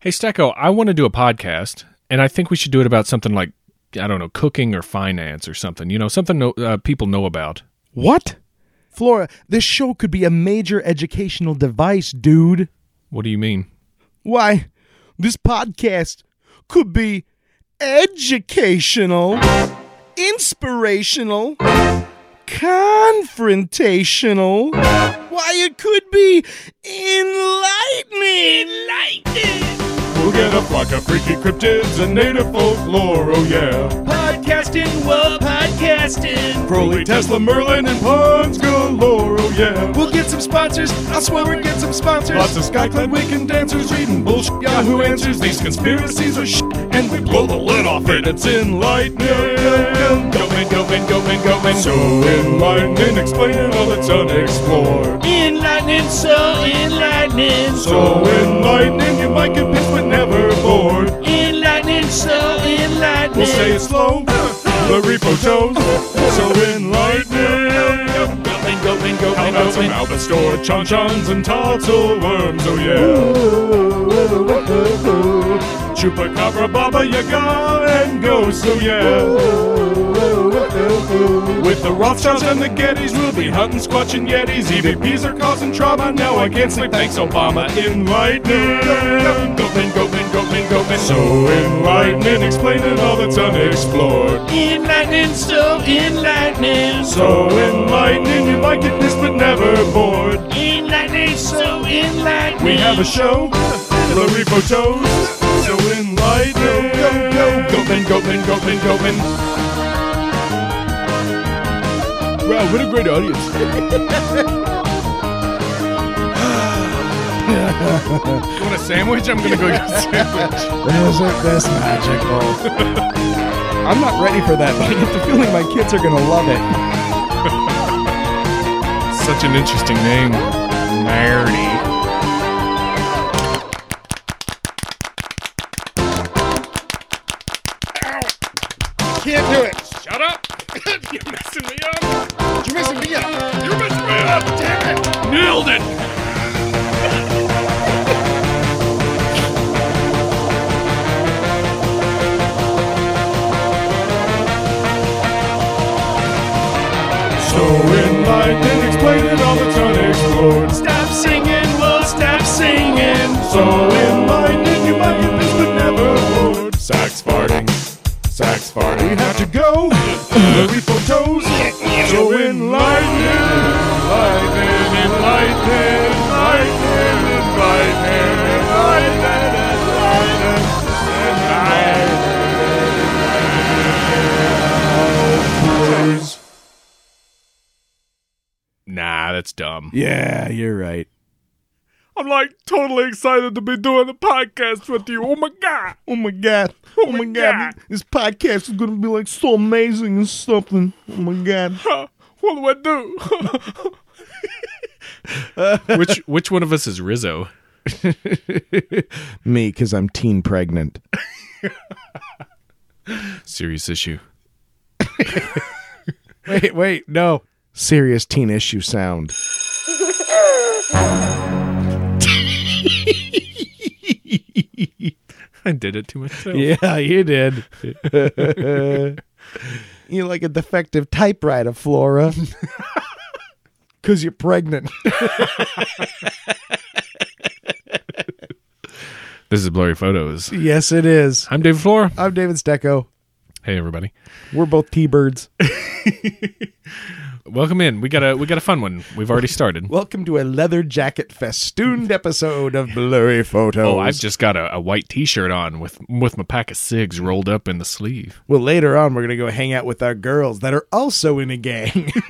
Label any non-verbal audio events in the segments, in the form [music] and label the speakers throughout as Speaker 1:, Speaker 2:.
Speaker 1: Hey, Stacko, I want to do a podcast, and I think we should do it about something like, I don't know, cooking or finance or something, you know, something no, uh, people know about.
Speaker 2: What? Flora, this show could be a major educational device, dude.
Speaker 1: What do you mean?
Speaker 2: Why, this podcast could be educational, inspirational, confrontational. Why, it could be enlightening. Enlightening.
Speaker 3: We'll get a flock of freaky cryptids and native folklore, oh yeah.
Speaker 2: Podcasting, well, podcasting.
Speaker 3: Crowley, Tesla, Merlin, and puns galore, oh yeah.
Speaker 2: We'll get some sponsors. I swear we'll get some sponsors.
Speaker 3: Lots of skyclad weekend dancers reading bullshit Yahoo answers. These conspiracies are shit, and we blow the lid off it. It's enlightening. Going, going, going, going. So enlightening, explaining all that's unexplored.
Speaker 2: Enlightening, so enlightening.
Speaker 3: So enlightening, you might get pissed but never bored.
Speaker 2: Enlightening, so enlightening.
Speaker 3: We'll say it slow, the repo toes, so enlightening.
Speaker 2: Going, going, going,
Speaker 3: How about some albacore, chon-chons, and turtle worms, oh yeah. Chupacabra, baba yaga, and ghosts, oh yeah. With the Rothschilds and the Gettys, we'll be hunting, squatching Yetis. EVPs are causing trauma, now I can't sleep, thanks Obama. Enlightening. Going, going, going, going. So enlightening, explaining all that's unexplored.
Speaker 2: Enlightening, so enlightening.
Speaker 3: So enlightening, you might get pissed but never bored.
Speaker 2: Enlightening, so enlightening.
Speaker 3: We have a show, the repo toes, so enlightening. Go, go, go, go, go, go, go, go, go, Wow, what a great
Speaker 1: [laughs]
Speaker 3: audience.
Speaker 1: You want a sandwich? I'm going to go get
Speaker 3: [laughs]
Speaker 1: a sandwich.
Speaker 4: Isn't this magical?
Speaker 2: I'm not ready for that, but I get the feeling my kids are gonna love it.
Speaker 1: Such an interesting name. Nerdy.
Speaker 2: Can't do it.
Speaker 1: Shut up. You're messing me up.
Speaker 2: You're missing me up.
Speaker 1: You're messing me up. Damn it. Nailed it.
Speaker 3: So enlightening, explaining all that's unexplored.
Speaker 2: Stop singing, well, stop singing.
Speaker 3: So enlightening, you might get this but never bored. Sax farting, sax farting. We have to go. the repo toes. So enlightening, enlightening, enlightening, enlightening, enlightening, enlightening, enlightening, enlightening. enlightening.
Speaker 1: Nah, that's dumb.
Speaker 4: Yeah, you're right.
Speaker 1: I'm like totally excited to be doing the podcast with you. Oh my god.
Speaker 2: Oh my god. Oh my god. This podcast is gonna be like so amazing and something. Oh my god.
Speaker 1: What do I do? [laughs] which which one of us is Rizzo?
Speaker 2: [laughs] Me, cause I'm teen pregnant.
Speaker 1: Serious issue.
Speaker 4: Wait, wait, no.
Speaker 2: Serious teen issue sound.
Speaker 1: I did it to myself.
Speaker 4: Yeah, you
Speaker 2: [laughs]
Speaker 4: did.
Speaker 2: You're like a defective typewriter,
Speaker 1: [laughs]
Speaker 2: Flora. [laughs] Cause you're pregnant.
Speaker 1: This is blurry photos.
Speaker 2: yes, it is.
Speaker 1: I'm David Flora.
Speaker 2: I'm David Stecco.
Speaker 1: Hey everybody.
Speaker 2: We're both T-birds.
Speaker 1: Welcome in. We got a we got a fun one. We've already [laughs] started.
Speaker 2: Welcome to a leather jacket festooned episode of Blurry Photos.
Speaker 1: Oh, I've just got a, a white T-shirt on with with my pack of cigs rolled up in the sleeve.
Speaker 2: Well, later on, we're going to go hang out with our girls that are also in a gang. [laughs]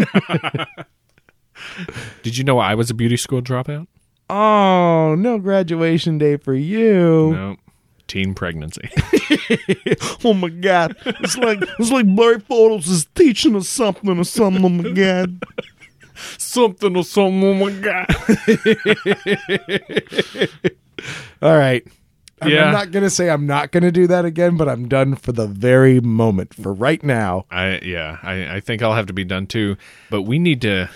Speaker 1: Did you know I was a beauty school dropout?
Speaker 2: oh, no graduation day for you.
Speaker 1: No, teen pregnancy. [laughs]
Speaker 2: Oh, my God. It's like it's like Blurry Photos is teaching us something or something. Oh, my God.
Speaker 1: something or something. Oh my god.
Speaker 2: All right. I'm,
Speaker 1: Yeah.
Speaker 2: I'm not going to say I'm not going to do that again, but I'm done for the very moment, for right now.
Speaker 1: [laughs] I yeah. I I think I'll have to be done too. But we need to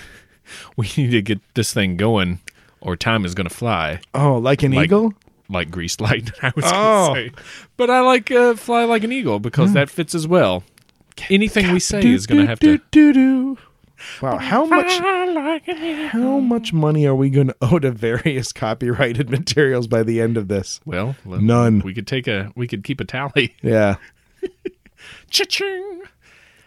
Speaker 1: we need to get this thing going, or time is gonna fly.
Speaker 2: Oh, like an
Speaker 1: Like-
Speaker 2: eagle?
Speaker 1: like greased lightning. [laughs] I was
Speaker 2: Oh.
Speaker 1: going to say, but I like uh, fly like an eagle because that fits as well. Anything we say is going to have to.
Speaker 2: Do-do-do-do. Wow, how much how
Speaker 1: Hmm.
Speaker 2: much money are we going to [laughs] owe to various copyrighted materials by the end of this?
Speaker 1: Well, let-
Speaker 2: None.
Speaker 1: We could take a. We could keep a tally. [laughs]
Speaker 2: Yeah,
Speaker 1: Cha-ching.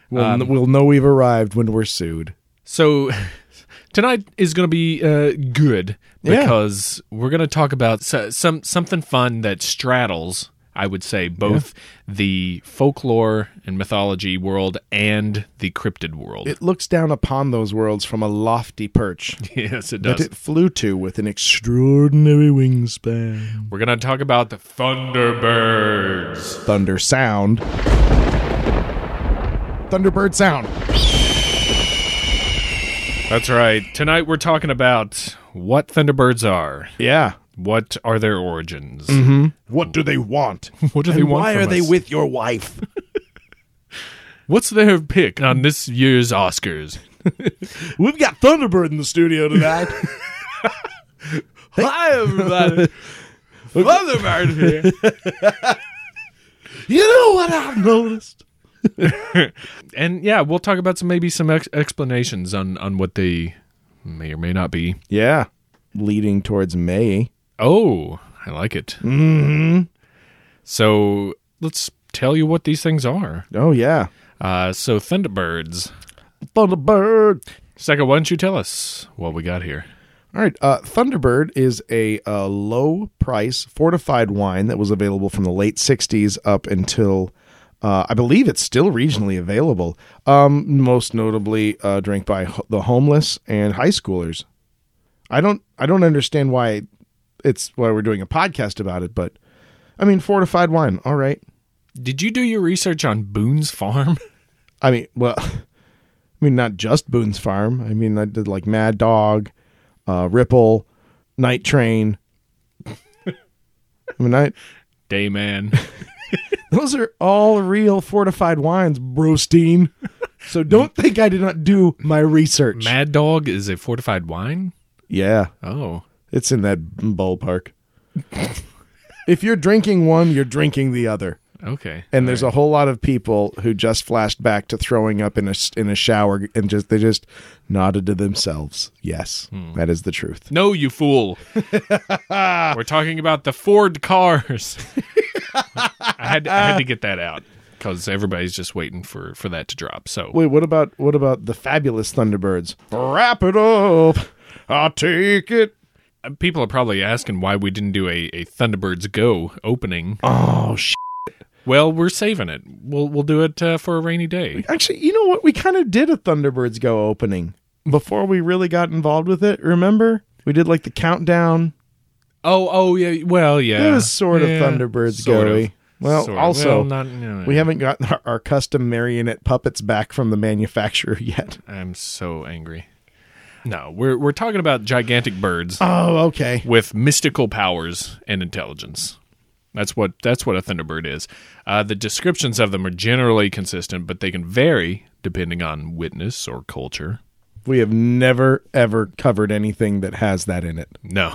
Speaker 2: we'll,
Speaker 1: Um,
Speaker 2: we'll know we've arrived when we're sued.
Speaker 1: So [laughs] tonight is going to be uh, good
Speaker 2: Yeah.
Speaker 1: because we're going to talk about so, some something fun that straddles, I would say, both the folklore and mythology world and the cryptid world.
Speaker 2: It looks down upon those worlds from a lofty perch
Speaker 1: [laughs] yes, it
Speaker 2: that
Speaker 1: does.
Speaker 2: it flew to with an extraordinary wingspan.
Speaker 1: we're going to talk about the Thunderbirds.
Speaker 2: Thunder sound. Thunderbird sound.
Speaker 1: That's right. Tonight we're talking about what Thunderbirds are.
Speaker 2: Yeah.
Speaker 1: What are their origins?
Speaker 2: Mm-hmm. What do they want?
Speaker 1: What do they
Speaker 2: And
Speaker 1: want
Speaker 2: why
Speaker 1: from
Speaker 2: are they
Speaker 1: us?
Speaker 2: with your wife?
Speaker 1: What's their pick on this year's Oscars?
Speaker 2: We've got Thunderbird in the studio [laughs] tonight.
Speaker 4: Hi, everybody. Thunderbird here.
Speaker 2: [laughs] you know what I've noticed?
Speaker 1: and yeah, we'll talk about some maybe some ex- explanations on on what they may or may not be.
Speaker 2: Yeah. Leading towards May.
Speaker 1: Oh, I like it. Mm-hmm. So let's tell you what these things are.
Speaker 2: Oh, yeah.
Speaker 1: Uh, so Thunderbirds.
Speaker 2: Thunderbird.
Speaker 1: Second, why don't you tell us what we got here?
Speaker 2: All right. Uh, Thunderbird is a uh, low price fortified wine that was available from the late 60s up until, uh, I believe it's still regionally available, um, most notably uh, drank by ho- the homeless and high schoolers. I don't I don't understand why it's why we're doing a podcast about it, but I mean fortified wine, all right.
Speaker 1: Did you do your research on Boone's Farm? [laughs]
Speaker 2: I mean, well, [laughs] I mean, not just Boone's Farm. I mean, I did like Mad Dog, uh, Ripple, Night Train. I mean, I,
Speaker 1: Day man.
Speaker 2: those are all real fortified wines, Brostein. So don't think I did not do my research.
Speaker 1: Mad Dog is a fortified wine.
Speaker 2: yeah,
Speaker 1: Oh,
Speaker 2: it's in that ballpark. if you're drinking one, you're drinking the other.
Speaker 1: okay.
Speaker 2: and there's a whole lot of people who just flashed back to throwing up in a in a shower and just they just nodded to themselves. Yes, that is the truth.
Speaker 1: No, you [laughs] fool. We're talking about the Ford cars. I, had, I had to get that out because everybody's just waiting for, for that to drop. So
Speaker 2: Wait, what about what about the fabulous Thunderbirds? Wrap it up. I'll take it.
Speaker 1: uh, people are probably asking why we didn't do a, a Thunderbirds Go opening.
Speaker 2: Oh sh.
Speaker 1: Well, we're saving it. We'll we'll do it uh, for a rainy day.
Speaker 2: Actually, you know what? We kind of did a Thunderbirds go opening before we really got involved with it. Remember? We did like the countdown.
Speaker 1: Oh oh yeah. Well yeah.
Speaker 2: It was sort of
Speaker 1: Yeah,
Speaker 2: Thunderbirds
Speaker 1: sort of.
Speaker 2: go-y. Well,
Speaker 1: Sort of.
Speaker 2: also
Speaker 1: Well, not, no,
Speaker 2: we haven't gotten our, our custom marionette puppets back from the manufacturer [laughs] yet.
Speaker 1: I'm so angry. No, we're we're talking about gigantic birds.
Speaker 2: Oh, okay.
Speaker 1: with mystical powers and intelligence. That's what that's what a thunderbird is. Uh, the descriptions of them are generally consistent, but they can vary depending on witness or culture.
Speaker 2: We have never ever covered anything that has that in it.
Speaker 1: No,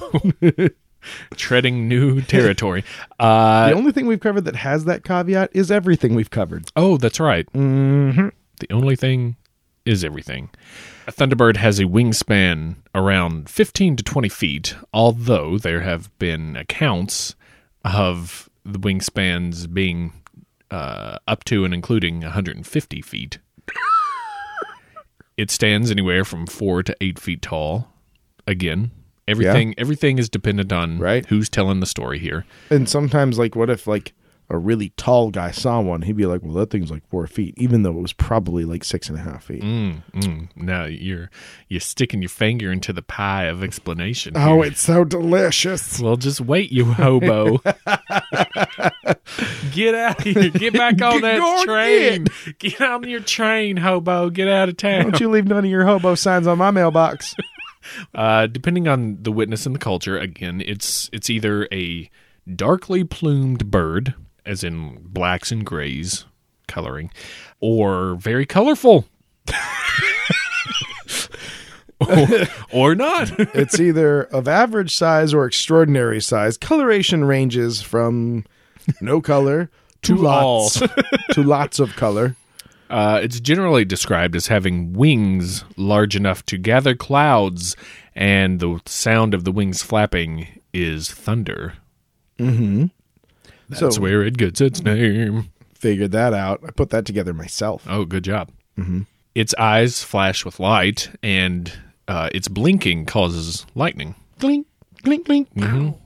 Speaker 1: [laughs] treading new territory. Uh,
Speaker 2: the only thing we've covered that has that caveat is everything we've covered.
Speaker 1: oh, that's right. Mm-hmm. The only thing is everything. A thunderbird has a wingspan around 15 to 20 feet, although there have been accounts of the wingspans being uh, up to and including 150 feet. it stands anywhere from four to eight feet tall. Again, everything everything is dependent on
Speaker 2: Right.
Speaker 1: who's telling the story here.
Speaker 2: And sometimes, like, what if like a really tall guy saw one? He'd be like, "Well, that thing's like four feet," even though it was probably like six and a half feet.
Speaker 1: Mm, mm. Now you're you're sticking your finger into the pie of explanation. here.
Speaker 2: it's so [laughs] delicious.
Speaker 1: well, just wait, you hobo. get out of here. Get back on that
Speaker 2: Go
Speaker 1: train. Get on your train, hobo. Get out of town.
Speaker 2: [laughs] Don't you leave none of your hobo signs on my mailbox.
Speaker 1: Uh, depending on the witness and the culture, again, it's it's either a darkly plumed bird, as in blacks and grays coloring, [laughs] or very colorful. or not.
Speaker 2: [laughs] it's either of average size or extraordinary size. Coloration ranges from no [laughs] color to,
Speaker 1: To all.
Speaker 2: lots [laughs] to lots of color.
Speaker 1: Uh, it's generally described as having wings large enough to gather clouds, and the sound of the wings flapping is thunder. Mm-hmm. That's
Speaker 2: So-
Speaker 1: where it gets its name.
Speaker 2: Figured that out. I put that together myself.
Speaker 1: Oh, good job. Mm-hmm. Its eyes flash with light, and uh, its blinking causes lightning.
Speaker 2: Glink, glink, glink.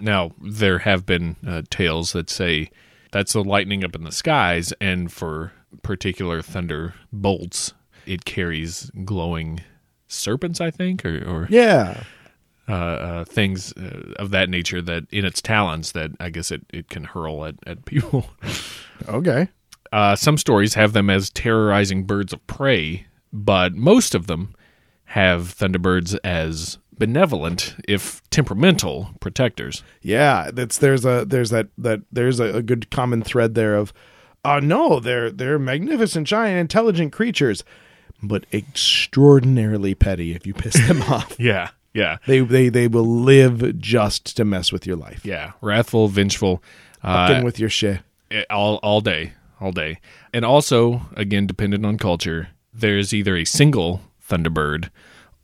Speaker 1: Now, there have been uh, tales that say that's the lightning up in the skies, and for particular thunder bolts, it carries glowing serpents, I think, or, or
Speaker 2: Yeah.
Speaker 1: uh, uh, things uh, of that nature that in its talons that I guess it, it can hurl at, at [laughs] people.
Speaker 2: Okay.
Speaker 1: Uh, some stories have them as terrorizing birds of prey, but most of them have thunderbirds as benevolent, if temperamental, protectors.
Speaker 2: Yeah, that's there's a there's that that there's a, a good common thread there of, uh no, they're they're magnificent, giant, intelligent creatures, but extraordinarily petty if you piss them [laughs] off.
Speaker 1: Yeah, yeah.
Speaker 2: They they they will live just to mess with your life,
Speaker 1: Yeah, wrathful, vengeful,
Speaker 2: fucking
Speaker 1: uh,
Speaker 2: with your shit.
Speaker 1: eh, all all day, all day. And also, again, dependent on culture, there's either a single Thunderbird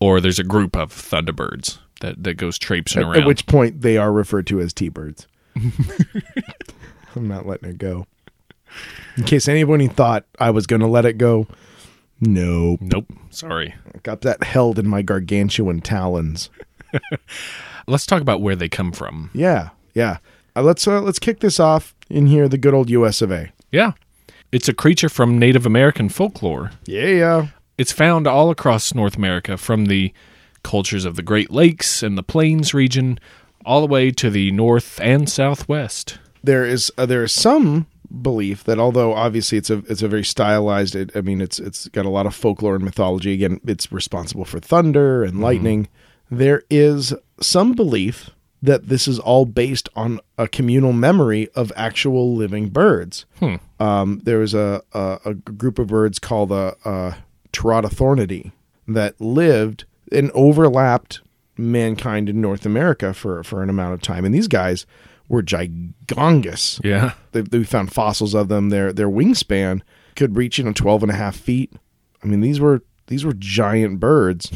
Speaker 1: or there's a group of Thunderbirds that that goes traipsing around.
Speaker 2: At which point they are referred to as T-birds. [laughs] I'm not letting it go. In case anybody thought I was going to let it go, no,
Speaker 1: Nope, sorry.
Speaker 2: got that held in my gargantuan talons.
Speaker 1: Let's talk about where they come from.
Speaker 2: Yeah, yeah. Uh, let's uh, let's kick this off in here. The good old U.S. of A.
Speaker 1: Yeah, it's a creature from Native American folklore.
Speaker 2: Yeah, yeah.
Speaker 1: It's found all across North America, from the cultures of the Great Lakes and the Plains region, all the way to the North and Southwest.
Speaker 2: There is uh, there is some belief that although obviously it's a it's a very stylized. It, I mean, it's it's got a lot of folklore and mythology. Again, it's responsible for thunder and lightning. There is some belief that this is all based on a communal memory of actual living birds. Um, there was a, a a group of birds called the uh, Teratothornidae that lived and overlapped mankind in North America for for an amount of time, and these guys were gigongous.
Speaker 1: Yeah.
Speaker 2: They, they found fossils of them. Their their wingspan could reach you know 12 and a half feet. I mean these were these were giant birds.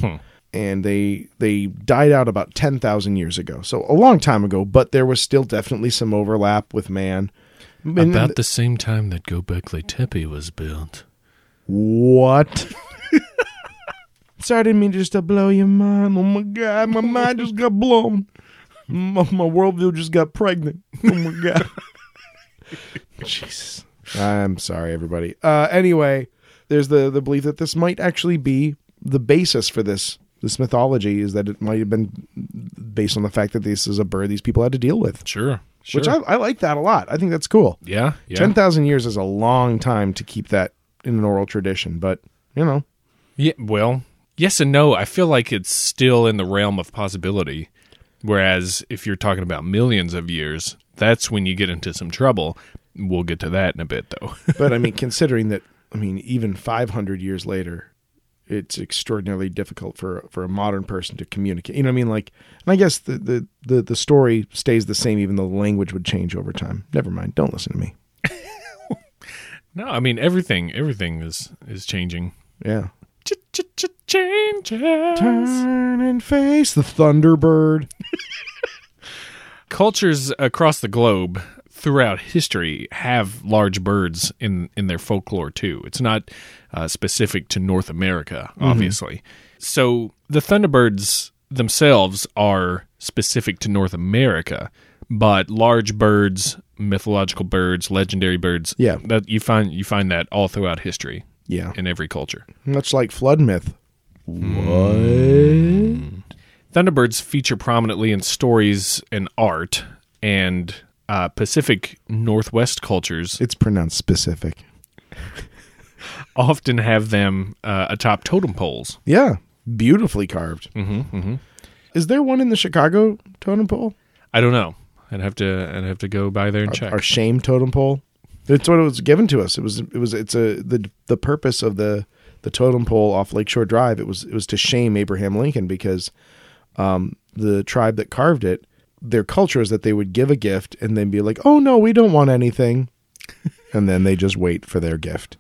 Speaker 2: And they they died out about ten thousand years ago, so a long time ago. But there was still definitely some overlap with man. And-
Speaker 1: About the same time that Gobekli Tepe was built.
Speaker 2: What? [laughs] Sorry, I didn't mean just to blow your mind. Oh my god, my mind just got blown. My, my worldview just got pregnant. Oh my god. [laughs] Jesus. I'm sorry, everybody. Uh, anyway, there's the the belief that this might actually be the basis for this this mythology is that it might have been based on the fact that this is a bird these people had to deal with,
Speaker 1: Sure. Sure.
Speaker 2: which I, I like that a lot. I think that's cool.
Speaker 1: yeah. Yeah.
Speaker 2: Ten thousand years is a long time to keep that in an oral tradition, but you know,
Speaker 1: yeah. Well, yes and no. I feel like it's still in the realm of possibility. Whereas if you're talking about millions of years, that's when you get into some trouble. We'll get to that in a bit, though. [laughs]
Speaker 2: but I mean, [laughs] considering that, I mean, even five hundred years later, it's extraordinarily difficult for for a modern person to communicate. You know what I mean? Like, and I guess the the the, the story stays the same, even though the language would change over time. Never mind. Don't listen to me.
Speaker 1: no, I mean everything. Everything is is changing.
Speaker 2: Yeah.
Speaker 1: Changes.
Speaker 2: Turn and face the Thunderbird.
Speaker 1: Cultures across the globe throughout history have large birds in in their folklore too. It's not uh, specific to North America, obviously. So the thunderbirds themselves are specific to North America, but large birds, mythological birds, legendary birds,
Speaker 2: Yeah.
Speaker 1: that you find you find that all throughout history
Speaker 2: Yeah.
Speaker 1: in every culture.
Speaker 2: Much like flood myth.
Speaker 1: Thunderbirds feature prominently in stories and art, and uh, Pacific Northwest cultures
Speaker 2: It's pronounced specific.
Speaker 1: often have them uh, atop totem poles.
Speaker 2: Yeah. Beautifully carved.
Speaker 1: Hmm.
Speaker 2: Mm-hmm, Is there one in the Chicago totem pole?
Speaker 1: I don't know. I'd have to. I'd have to go by there and check.
Speaker 2: Our shame totem pole. It's what it was given to us. It was. It was. It's a the the purpose of the the totem pole off Lakeshore Drive. It was it was to shame Abraham Lincoln because um, the tribe that carved it, their culture is that they would give a gift and then be like, "Oh no, we don't want anything," [laughs] and then they just wait for their gift.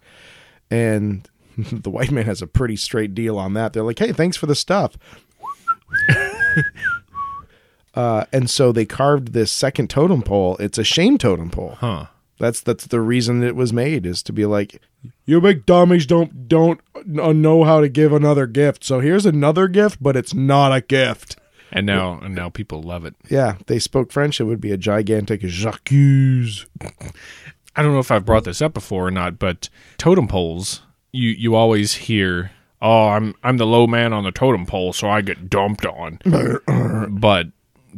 Speaker 2: And [laughs] the white man has a pretty straight deal on that. They're like, "Hey, thanks for the stuff." uh, and so they carved this second totem pole. It's a shame totem pole.
Speaker 1: Huh.
Speaker 2: That's that's the reason it was made is to be like, you big dummies don't don't uh, know how to give another gift. So here's another gift, but it's not a gift.
Speaker 1: And now, and now people love it.
Speaker 2: Yeah, they spoke French. It would be a gigantic j'accuse.
Speaker 1: I don't know if I've brought this up before or not, but totem poles, you you always hear, "Oh, I'm I'm the low man on the totem pole, so I get dumped
Speaker 2: [coughs]
Speaker 1: on." but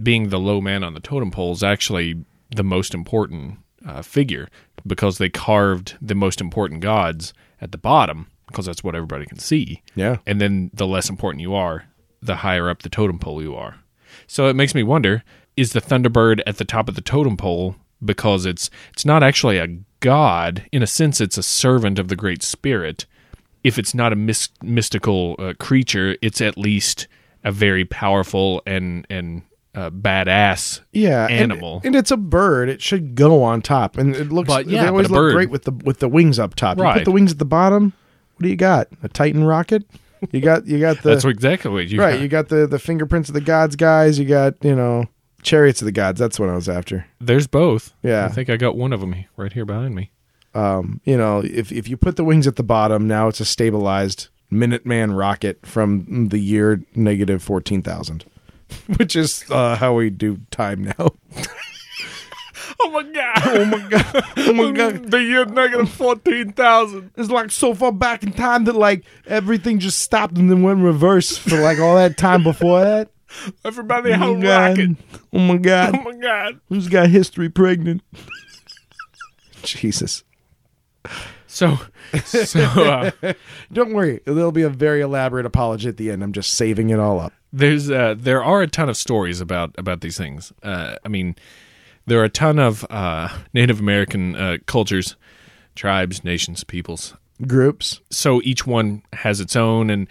Speaker 1: being the low man on the totem pole is actually the most important uh, figure because they carved the most important gods at the bottom because that's what everybody can see.
Speaker 2: Yeah.
Speaker 1: And then the less important you are, the higher up the totem pole you are. So it makes me wonder is the Thunderbird at the top of the totem pole because it's it's not actually a god in a sense it's a servant of the great spirit if it's not a mys- mystical uh, creature it's at least a very powerful and and uh, badass
Speaker 2: Yeah, and-
Speaker 1: animal
Speaker 2: and, it's a bird. It should go on top, and it looks.
Speaker 1: But, yeah,
Speaker 2: they always
Speaker 1: but a
Speaker 2: look
Speaker 1: bird.
Speaker 2: great with the with the wings up top. You put
Speaker 1: Right.
Speaker 2: the wings at the bottom. What do you got? A Titan rocket? You got you got
Speaker 1: [laughs]
Speaker 2: the
Speaker 1: that's exactly what you
Speaker 2: right. You got the the fingerprints of the gods, guys. You got you know chariots of the gods. That's what I was after.
Speaker 1: there's both
Speaker 2: Yeah.
Speaker 1: i think i got one of them right here behind me
Speaker 2: um, you know, if if you put the wings at the bottom, now it's a stabilized Minuteman rocket from the year negative fourteen thousand, [laughs] which is uh, how we do time now.
Speaker 1: [laughs] oh my god
Speaker 2: Oh my god! Oh my
Speaker 1: [laughs]
Speaker 2: god!
Speaker 1: the year negative 14000
Speaker 2: It's like so far back in time that like everything just stopped and then went reverse for like all that time before
Speaker 1: [laughs]
Speaker 2: that.
Speaker 1: everybody
Speaker 2: Oh my god! Oh my
Speaker 1: [laughs]
Speaker 2: god!
Speaker 1: my god
Speaker 2: Who's got history pregnant? [laughs] Jesus.
Speaker 1: so so uh,
Speaker 2: Don't worry, there'll be a very elaborate apology at the end. I'm just saving it all up.
Speaker 1: there's uh, there are a ton of stories about about these things. Uh, I mean, there are a ton of uh, Native American uh, cultures, tribes, nations, peoples.
Speaker 2: Groups.
Speaker 1: So each one has its own, and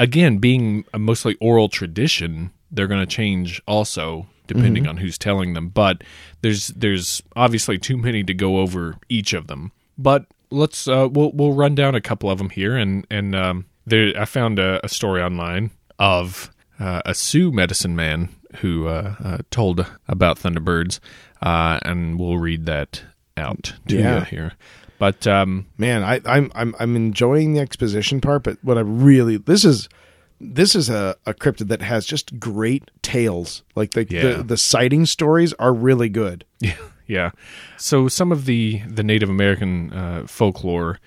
Speaker 1: again, being a mostly oral tradition, they're going to change also depending on who's telling them. But there's there's obviously too many to go over each of them. But let's uh, we'll we'll run down a couple of them here, and and um, there I found a, a story online of uh, a Sioux medicine man who uh, uh, told about thunderbirds, uh, and we'll read that out to
Speaker 2: Yeah.
Speaker 1: you here. But um,
Speaker 2: man I, I'm, I'm i'm enjoying the exposition part but what i really this is this is a, a cryptid that has just great tales like the,
Speaker 1: Yeah.
Speaker 2: the the sighting stories are really good
Speaker 1: Yeah, [laughs] yeah. So some of the the Native American uh, folklore.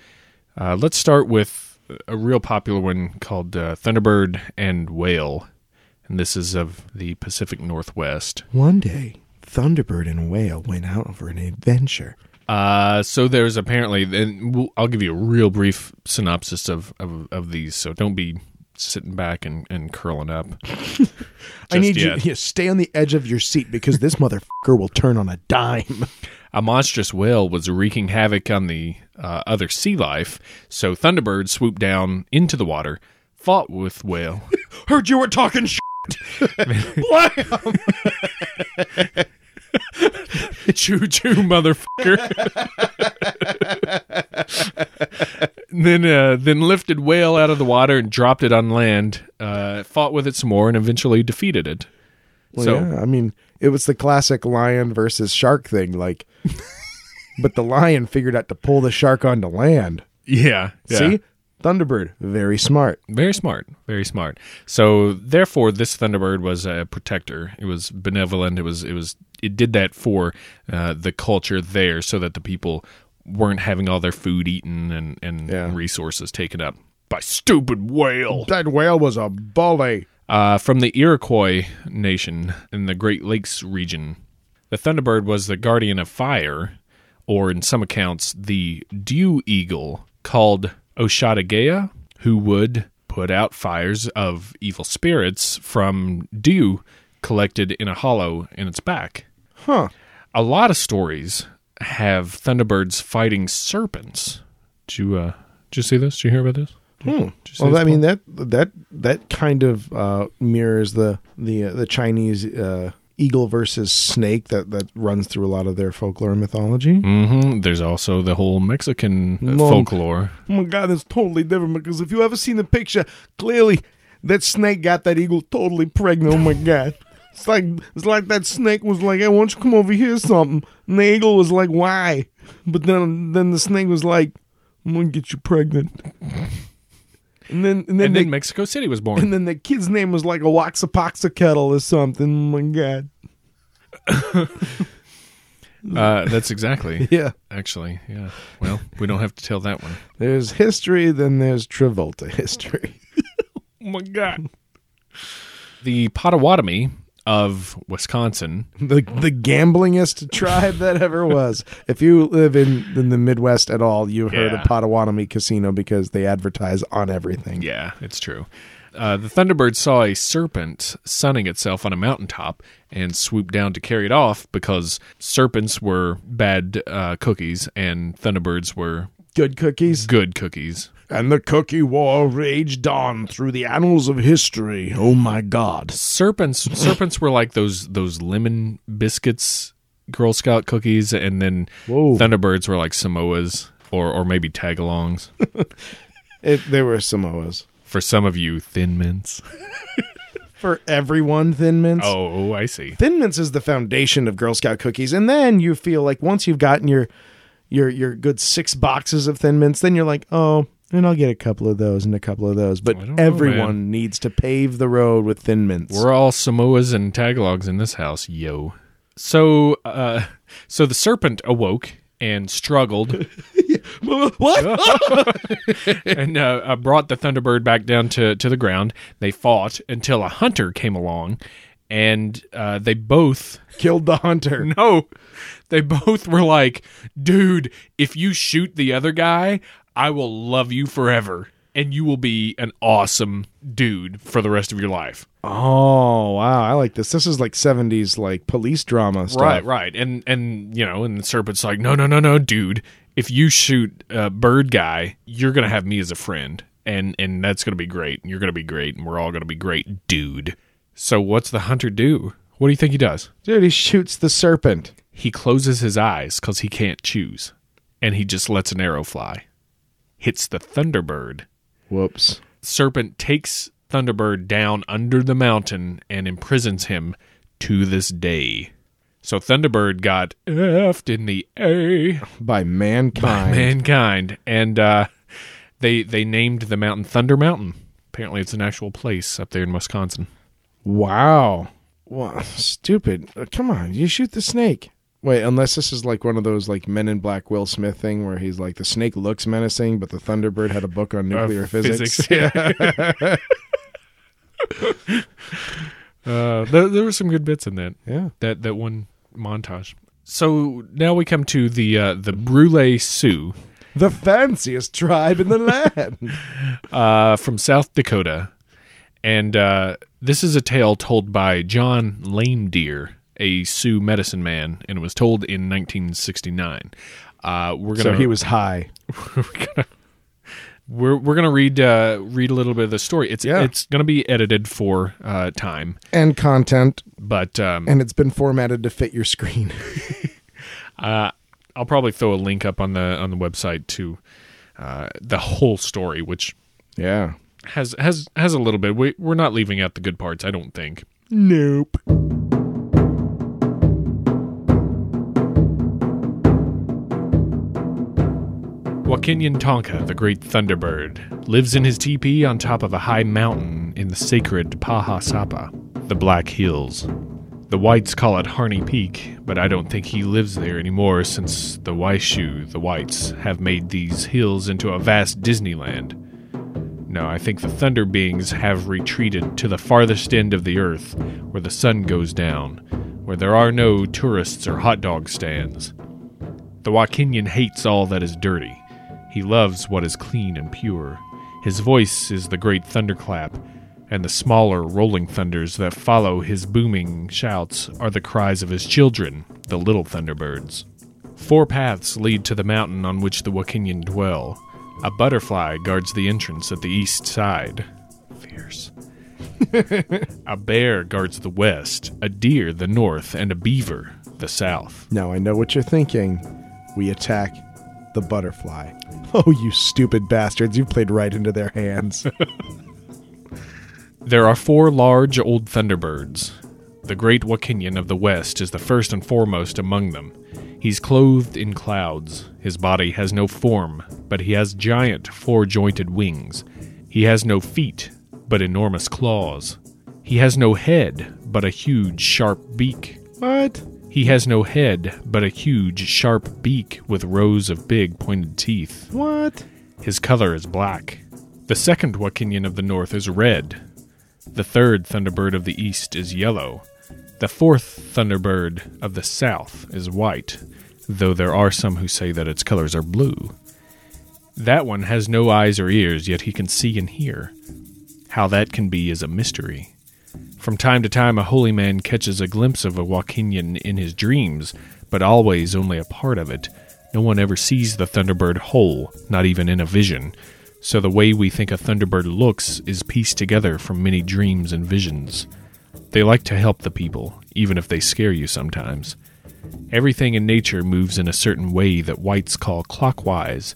Speaker 1: Uh, let's start with a real popular one called uh, Thunderbird and Whale, and this is of the Pacific Northwest.
Speaker 2: one day thunderbird and whale went out for an adventure
Speaker 1: Uh, so there's apparently, and we'll, I'll give you a real brief synopsis of, of, of these. So don't be sitting back and, and curling up.
Speaker 2: i
Speaker 1: Just
Speaker 2: need you,
Speaker 1: yet.
Speaker 2: you stay on the edge of your seat because this motherfucker will turn on a dime
Speaker 1: A monstrous whale was wreaking havoc on the uh, other sea life, so Thunderbird swooped down into the water, fought with whale,
Speaker 2: [laughs] heard you were
Speaker 1: [laughs]
Speaker 2: talking shit. Blam!
Speaker 1: choo choo motherfucker [laughs] And then uh, then lifted whale out of the water and dropped it on land uh, fought with it some more and eventually defeated it
Speaker 2: Well,
Speaker 1: so
Speaker 2: yeah, I mean, it was the classic lion versus shark thing. [laughs] Like, but the lion figured out to pull the shark onto land.
Speaker 1: yeah, yeah.
Speaker 2: See, Thunderbird, very smart.
Speaker 1: very smart very smart so therefore this thunderbird was a protector it was benevolent it was it was it did that for uh, the culture there so that the people weren't having all their food eaten and and
Speaker 2: Yeah.
Speaker 1: resources taken up by stupid whale
Speaker 2: That whale was a bully.
Speaker 1: uh, from the Iroquois nation in the Great Lakes region. The Thunderbird was the guardian of fire, or in some accounts, the dew eagle, called Oshadagea, who would put out fires of evil spirits from dew collected in a hollow in its back.
Speaker 2: Huh.
Speaker 1: A lot of stories have Thunderbirds fighting serpents. Did you, uh, did you see this? Did you hear about this?
Speaker 2: Hmm.
Speaker 1: Just
Speaker 2: Well,
Speaker 1: says
Speaker 2: I mean that that that kind of uh, mirrors the the uh, the Chinese uh, eagle versus snake that that runs through a lot of their folklore and mythology.
Speaker 1: Mhm. There's also the whole Mexican uh,
Speaker 2: Long-
Speaker 1: folklore.
Speaker 2: Oh my god, that's totally different because if you ever seen the picture, clearly that snake got that eagle totally pregnant. Oh my god. It's like it's like that snake was like, "Hey, why don't you come over here, or something?" And the eagle was like, "Why?" But then then the snake was like, "I'm gonna get you pregnant." And then and then,
Speaker 1: And
Speaker 2: they,
Speaker 1: then Mexico City was born. [laughs]
Speaker 2: and then the kid's name was like a Waxapoxa kettle or something. Oh my god.
Speaker 1: Uh, that's exactly.
Speaker 2: Yeah.
Speaker 1: Actually, yeah. Well, we don't have to tell that one.
Speaker 2: There's history, then there's Travolta history.
Speaker 1: Oh my god. The Potawatomi of Wisconsin.
Speaker 2: the the gamblingest tribe that ever was. If you live in, in the Midwest at all, you've heard
Speaker 1: Yeah.
Speaker 2: of Potawatomi Casino because they advertise on everything.
Speaker 1: Yeah, it's true. Uh, the Thunderbird saw a serpent sunning itself on a mountaintop and swooped down to carry it off because serpents were bad uh, cookies and Thunderbirds were
Speaker 2: Good cookies.
Speaker 1: good cookies.
Speaker 2: And the cookie war raged on through the annals of history. Oh my god.
Speaker 1: serpents serpents were like those those lemon biscuits girl scout cookies and then
Speaker 2: Whoa.
Speaker 1: thunderbirds were like samoas or or maybe [laughs] tagalongs
Speaker 2: It, they were Samoas.
Speaker 1: for some of you thin mints
Speaker 2: For everyone, Thin Mints.
Speaker 1: oh i see
Speaker 2: Thin Mints is the foundation of Girl Scout cookies, and then you feel like once you've gotten your your your good six boxes of Thin Mints, then you're like, oh, and I'll get a couple of those and a couple of those. But
Speaker 1: I don't know,
Speaker 2: everyone needs to pave the road with Thin Mints.
Speaker 1: we're all samoas and tagalogs in this house yo so uh so the serpent awoke and struggled
Speaker 2: what?
Speaker 1: [laughs] and uh, uh, brought the Thunderbird back down to, to the ground. They fought until a hunter came along, and uh, they both
Speaker 2: [laughs]
Speaker 1: [laughs]
Speaker 2: Killed the hunter.
Speaker 1: No. They both were like, dude, if you shoot the other guy, I will love you forever. And you will be an awesome dude for the rest of your life.
Speaker 2: Oh wow, I like this. This is like '70s like police drama stuff.
Speaker 1: Right, right. And and you know, and the serpent's like, no, no, no, no, dude. If you shoot uh, bird guy, you're gonna have me as a friend, and and that's gonna be great. And you're gonna be great, and we're all gonna be great, dude. So what's the hunter do? What do you think he does?
Speaker 2: dude. He shoots the serpent.
Speaker 1: he closes his eyes because he can't choose, and he just lets an arrow fly. Hits the Thunderbird.
Speaker 2: Whoops.
Speaker 1: Serpent takes Thunderbird down under the mountain and imprisons him to this day. So Thunderbird got effed in the A
Speaker 2: By mankind.
Speaker 1: mankind, and uh, they they named the mountain Thunder Mountain. Apparently, it's an actual place up there in Wisconsin.
Speaker 2: Wow. Wow. Stupid. Uh, Come on. You shoot the snake. Wait, unless this is like one of those like Men in Black Will Smith thing where he's like the snake looks menacing, but the Thunderbird had a book [laughs] on nuclear Uh, physics.
Speaker 1: Yeah. [laughs] uh, there, there were some good bits in that.
Speaker 2: Yeah.
Speaker 1: That that one montage. So now we come to the uh, the Brule Sioux
Speaker 2: The fanciest tribe in the land. [laughs]
Speaker 1: uh, from South Dakota, and uh, this is a tale told by John Lame Deer, a Sioux medicine man, and it was told in 1969. Uh, we're gonna
Speaker 2: so he was high.
Speaker 1: [laughs] we're gonna we're, we're gonna read uh, read a little bit of the story. It's
Speaker 2: Yeah.
Speaker 1: it's gonna be edited for uh, time,
Speaker 2: And content.
Speaker 1: but um,
Speaker 2: And it's been formatted to fit your screen. [laughs]
Speaker 1: I'll probably throw a link up on the on the website to uh, the whole story, which
Speaker 2: yeah.
Speaker 1: has has has a little bit. We we're not leaving out the good parts, I don't think.
Speaker 2: Nope.
Speaker 1: Wakinyan Tonka, the great thunderbird, lives in his teepee on top of a high mountain in the sacred Pahasapa, the Black Hills. The whites call it Harney Peak, but I don't think he lives there anymore since the Waishu, the whites, have made these hills into a vast Disneyland. No, I think the Thunder Beings have retreated to the farthest end of the earth, where the sun goes down, where there are no tourists or hot dog stands. The Wakinyan hates all that is dirty. He loves what is clean and pure. His voice is the great thunderclap, and the smaller rolling thunders that follow his booming shouts are the cries of his children, the little thunderbirds. Four paths lead to the mountain on which the Wakinyan dwell. A butterfly guards the entrance at the east side. Fierce. [laughs] a bear guards the west, a deer the north, and a beaver the south.
Speaker 2: Now I know what you're thinking. We attack the butterfly. Oh, you stupid bastards. You've played right into their hands.
Speaker 1: There are four large old thunderbirds. The great Wakinian of the West is the first and foremost among them. He's clothed in clouds. His body has no form, but he has giant four jointed wings. He has no feet, but enormous claws. He has no head, but a huge sharp beak.
Speaker 2: what?
Speaker 1: He has no head, but a huge sharp beak with rows of big pointed teeth.
Speaker 2: [laughs] [laughs] What?
Speaker 1: His color is black. The second Wakinian of the North is red. The third Thunderbird of the East is yellow. The fourth Thunderbird of the South is white, though there are some who say that its colors are blue. That one has no eyes or ears, yet he can see and hear. How that can be is a mystery. From time to time, a holy man catches a glimpse of a Wakinian in his dreams, but always only a part of it. No one ever sees the Thunderbird whole, not even in a vision. So the way we think a Thunderbird looks is pieced together from many dreams and visions. They like to help the people, even if they scare you sometimes. Everything in nature moves in a certain way that whites call clockwise.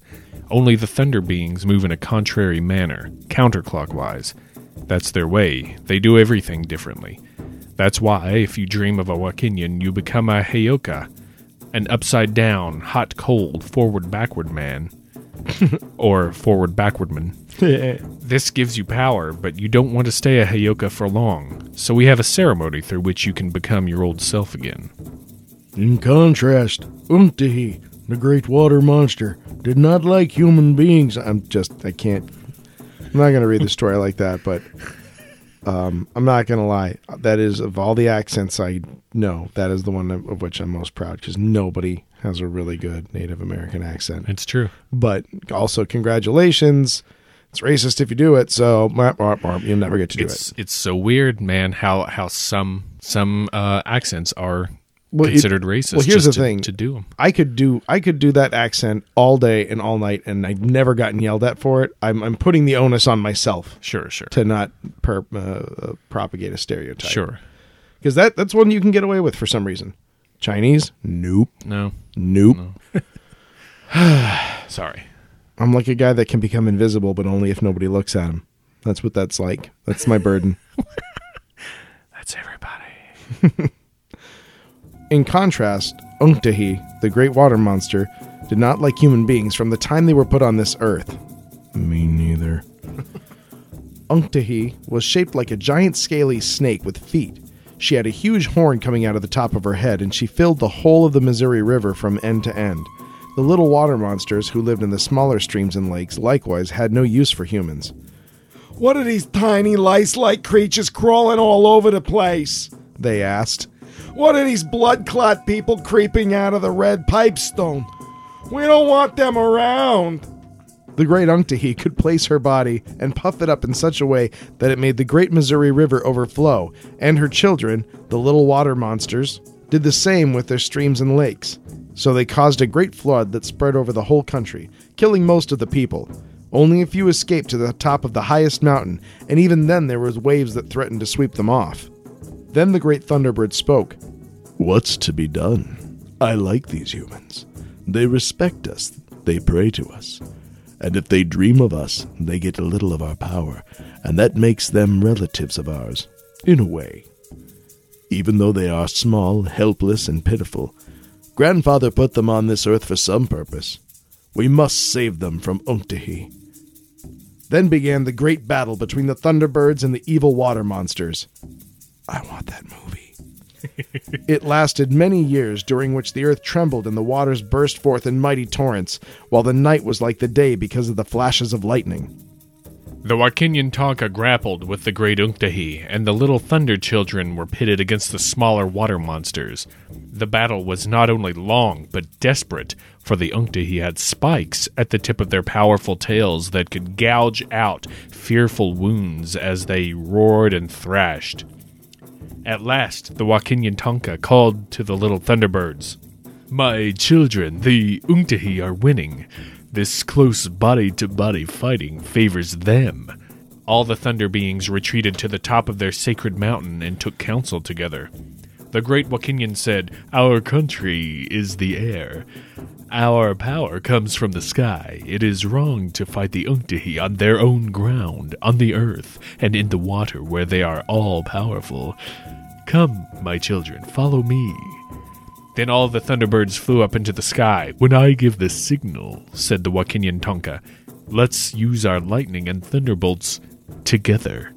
Speaker 1: Only the thunder beings move in a contrary manner, counterclockwise. That's their way. They do everything differently. That's why, if you dream of a Wakinian, you become a Heyoka, an upside down, hot cold, forward backward man. [laughs] or forward backward man. This gives you power, but you don't want to stay a Heyoka for long, so we have a ceremony through which you can become your old self again.
Speaker 5: In contrast, Umtihi, the great water monster, did not like human beings.
Speaker 2: I'm just I can't I'm not gonna read the story like that, but um, I'm not gonna lie. That is of all the accents I know, that is the one of of which I'm most proud because nobody has a really good Native American accent.
Speaker 1: It's true.
Speaker 2: But also, congratulations. It's racist if you do it, so mwah, mwah, mwah, you'll never get to do it.
Speaker 1: It's it's so weird, man, how how some some uh, accents are
Speaker 2: Well, it-
Speaker 1: considered racist.
Speaker 2: well, here's
Speaker 1: just to-
Speaker 2: the thing.
Speaker 1: to do them.
Speaker 2: I could do I could do that accent all day and all night, and I've never gotten yelled at for it. I'm I'm putting the onus on myself
Speaker 1: Sure, sure,
Speaker 2: to not per, uh, uh, propagate a stereotype.
Speaker 1: sure.
Speaker 2: because that that's one you can get away with for some reason. Chinese? Nope.
Speaker 1: No,
Speaker 2: Nope.
Speaker 1: sorry.
Speaker 2: I'm like a guy that can become invisible, but only if nobody looks at him. That's what that's like. That's my burden.
Speaker 1: That's everybody.
Speaker 2: In contrast, Unktahi, the great water monster, did not like human beings from the time they were put on this earth. Me [laughs] neither. Unktahi was shaped like a giant scaly snake with feet. She had a huge horn coming out of the top of her head, and she filled the whole of the Missouri River from end to end. The little water monsters who lived in the smaller streams and lakes likewise had no use for humans.
Speaker 5: What are these tiny lice like creatures crawling all over the place?
Speaker 2: They asked,
Speaker 5: What are these blood clot people creeping out of the red pipestone? We don't want them around.
Speaker 2: The great Unktahi could place her body and puff it up in such a way that it made the great Missouri River overflow, and her children, the little water monsters, did the same with their streams and lakes. So they caused a great flood that spread over the whole country, killing most of the people. Only a few escaped to the top of the highest mountain, and even then there was waves that threatened to sweep them off. Then the great Thunderbird spoke.
Speaker 5: What's to be done? I like these humans. They respect us, they pray to us. And if they dream of us, they get a little of our power, and that makes them relatives of ours, in a way. Even though they are small, helpless, and pitiful, Grandfather put them on this earth for some purpose. We must save them from Unktahi.
Speaker 2: Then began the great battle between the Thunderbirds and the evil water monsters. I want that movie. it lasted many years, during which the earth trembled and the waters burst forth in mighty torrents, while the night was like the day because of the flashes of lightning.
Speaker 1: The Wakinian Tonka grappled with the great Unktahi, and the little Thunder Children were pitted against the smaller water monsters. The battle was not only long, but desperate, for the Unktahi had spikes at the tip of their powerful tails that could gouge out fearful wounds as they roared and thrashed. At last, the Wakinian Tonka called to the little Thunderbirds. My children, the Unktahi are winning. This close body to body fighting favors them. All the Thunder Beings retreated to the top of their sacred mountain and took counsel together. The great Wakinian said, Our country is the air. Our power comes from the sky. It is wrong to fight the Unktahi on their own ground, on the earth, and in the water where they are all powerful. Come, my children, follow me. Then all the Thunderbirds flew up into the sky. When I give the signal, said the Wakinian Tonka, let's use our lightning and thunderbolts together.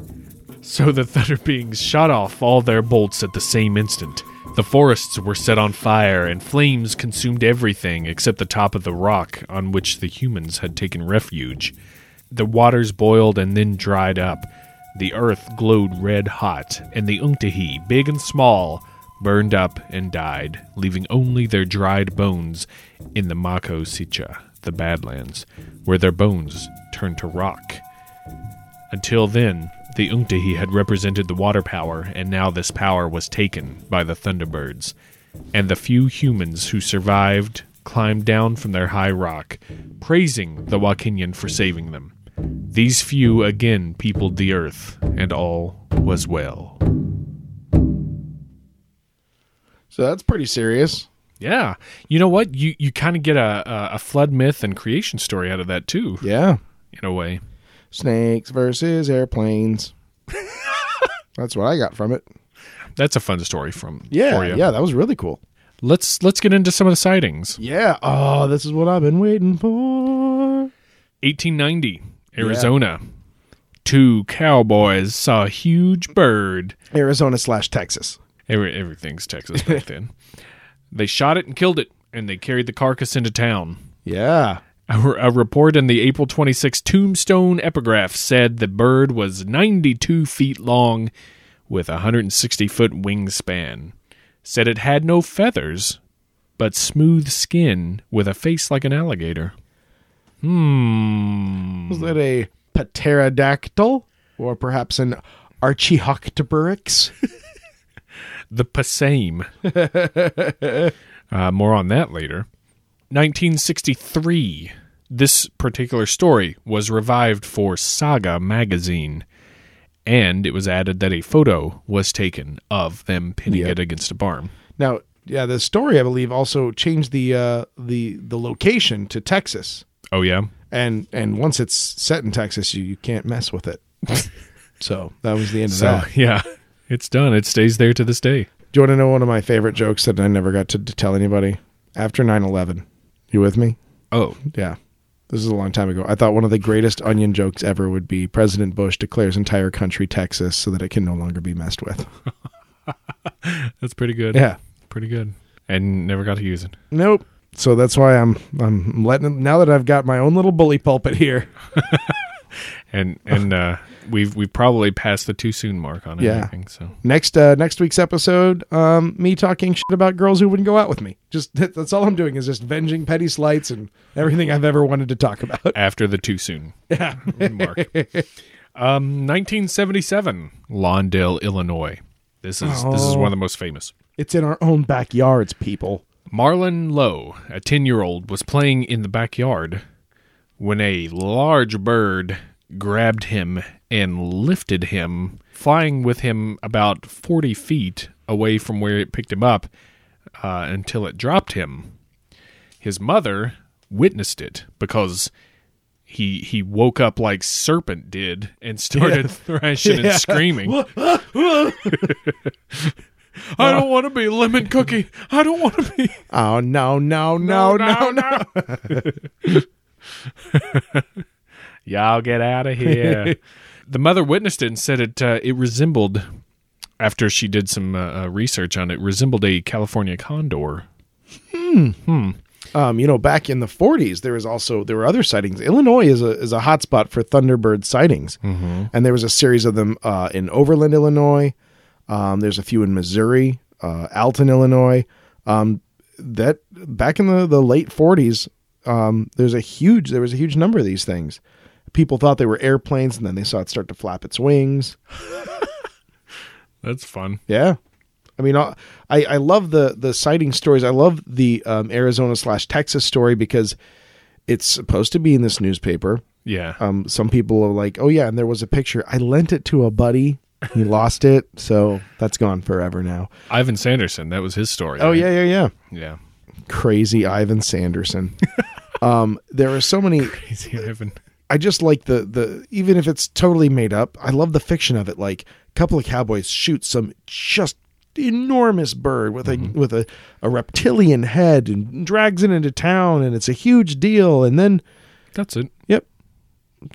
Speaker 1: So the Thunder Beings shot off all their bolts at the same instant. The forests were set on fire, and flames consumed everything except the top of the rock on which the humans had taken refuge. The waters boiled and then dried up. The earth glowed red hot, and the Unktahi, big and small, burned up and died, leaving only their dried bones in the Mako Sicha, the Badlands, where their bones turned to rock. Until then, the Unktahi had represented the water power, and now this power was taken by the Thunderbirds. And the few humans who survived climbed down from their high rock, praising the Wakinian for saving them. These few again peopled the earth, and all was well.
Speaker 2: So that's pretty serious.
Speaker 1: Yeah, you know what? You you kind of get a, a a flood myth and creation story out of that too,
Speaker 2: Yeah.
Speaker 1: in a way.
Speaker 2: Snakes versus [laughs] airplanes. that's what I got from it.
Speaker 1: That's a fun story from
Speaker 2: Yeah.
Speaker 1: for you.
Speaker 2: Yeah, that was really cool.
Speaker 1: Let's let's get into some of the sightings.
Speaker 2: Yeah. Oh, this is what I've been waiting for.
Speaker 1: 1890, Arizona. Two cowboys saw a huge bird.
Speaker 2: Arizona slash Texas.
Speaker 1: Every, everything's Texas back then. They shot it and killed it, and they carried the carcass into town.
Speaker 2: Yeah.
Speaker 1: A, re- a report in the April 26 Tombstone epigraph said the bird was 92 feet long with a 160 foot wingspan. Said it had no feathers, but smooth skin with a face like an alligator.
Speaker 2: Was that a pterodactyl or perhaps an archihoctoburix?
Speaker 1: The
Speaker 2: [laughs]
Speaker 1: Pasame. uh, more on that later. 1963. This particular story was revived for Saga magazine, and it was added that a photo was taken of them pinning it against a barn.
Speaker 2: now, yeah, the story I believe also changed the uh, the the location to Texas,
Speaker 1: Oh, yeah?
Speaker 2: and and once it's set in Texas, you, you can't mess with it. so that was the end of
Speaker 1: So,
Speaker 2: that.
Speaker 1: Oh, [laughs] yeah. It's done. It stays there to this day.
Speaker 2: Do you want to know one of my favorite jokes that I never got to, to tell anybody? After 9-11. You with me?
Speaker 1: Oh,
Speaker 2: Yeah. This is a long time ago. I thought one of the greatest onion jokes ever would be President Bush declares entire country Texas so that it can no longer be messed with.
Speaker 1: that's pretty good.
Speaker 2: Yeah.
Speaker 1: Pretty good. And never got to use it.
Speaker 2: Nope. So that's why I'm I'm letting it- now that I've got my own little bully pulpit here.
Speaker 1: And
Speaker 2: [laughs]
Speaker 1: and uh, we've we've probably passed the too soon mark on it.
Speaker 2: Yeah.
Speaker 1: I think so.
Speaker 2: Next uh next week's episode, um me talking shit about girls who wouldn't go out with me. Just [laughs] that's all I'm doing is just venging petty slights and everything I've ever wanted to talk about.
Speaker 1: after the too soon [laughs] mark. Um, 1977, Lawndale, Illinois. This is this is one of the most famous.
Speaker 2: It's in our own backyards, people.
Speaker 1: Marlon Lowe, a 10-year-old, was playing in the backyard when a large bird grabbed him and lifted him, flying with him about 40 feet away from where it picked him up uh, until it dropped him. His mother witnessed it because he he woke up like Serpent did and started thrashing and screaming. [laughs] I don't want to be lemon cookie. I don't want to be.
Speaker 2: Oh no, no, no, no, no.
Speaker 1: Y'all get out [laughs] of here. the mother witnessed it and said it uh, it resembled, after she did some uh, uh, research on it, resembled a California condor.
Speaker 2: Um, you know, back in the 40s, there was also there were other sightings. Illinois is a is a hotspot for thunderbird sightings, and there was a series of them uh, in Overland, Illinois. Um, there's a few in Missouri, uh, Alton, Illinois. Um, that back in the the late 40s, um, there's a huge there was a huge number of these things. People thought they were airplanes, and then they saw it start to flap its wings.
Speaker 1: That's fun.
Speaker 2: Yeah. I mean, I I love the the sighting stories. I love the um, Arizona slash Texas story because It's supposed to be in this newspaper.
Speaker 1: Yeah.
Speaker 2: Um, some people are like, "Oh yeah," and there was a picture. I lent it to a buddy. [laughs] He lost it, so that's gone forever now.
Speaker 1: Ivan Sanderson, that was his story.
Speaker 2: Oh
Speaker 1: right?
Speaker 2: yeah, yeah, yeah.
Speaker 1: Yeah.
Speaker 2: Crazy Ivan [laughs] Sanderson. um, there are so many.
Speaker 1: Crazy Ivan.
Speaker 2: I just like the the even if it's totally made up, I love the fiction of it. Like a couple of cowboys shoot some just enormous bird with a with a, a reptilian head and drags it into town and it's a huge deal and then
Speaker 1: That's it.
Speaker 2: yep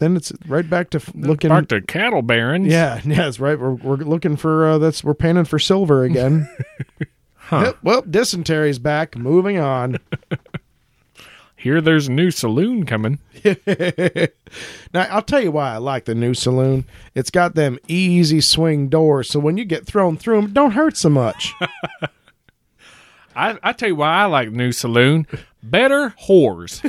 Speaker 2: then it's right back to f- looking
Speaker 1: Parked to cattle barons.
Speaker 2: yeah [laughs] yeah that's right we're, we're looking for uh, that's we're panning for silver again
Speaker 1: Huh.
Speaker 2: Yep, well dysentery's back moving on
Speaker 1: Here there's a new saloon coming.
Speaker 2: Now, I'll tell you why I like the new saloon. It's got them easy swing doors, so when you get thrown through them, it don't hurt so much.
Speaker 1: I, I tell you why I like the new saloon. Better whores.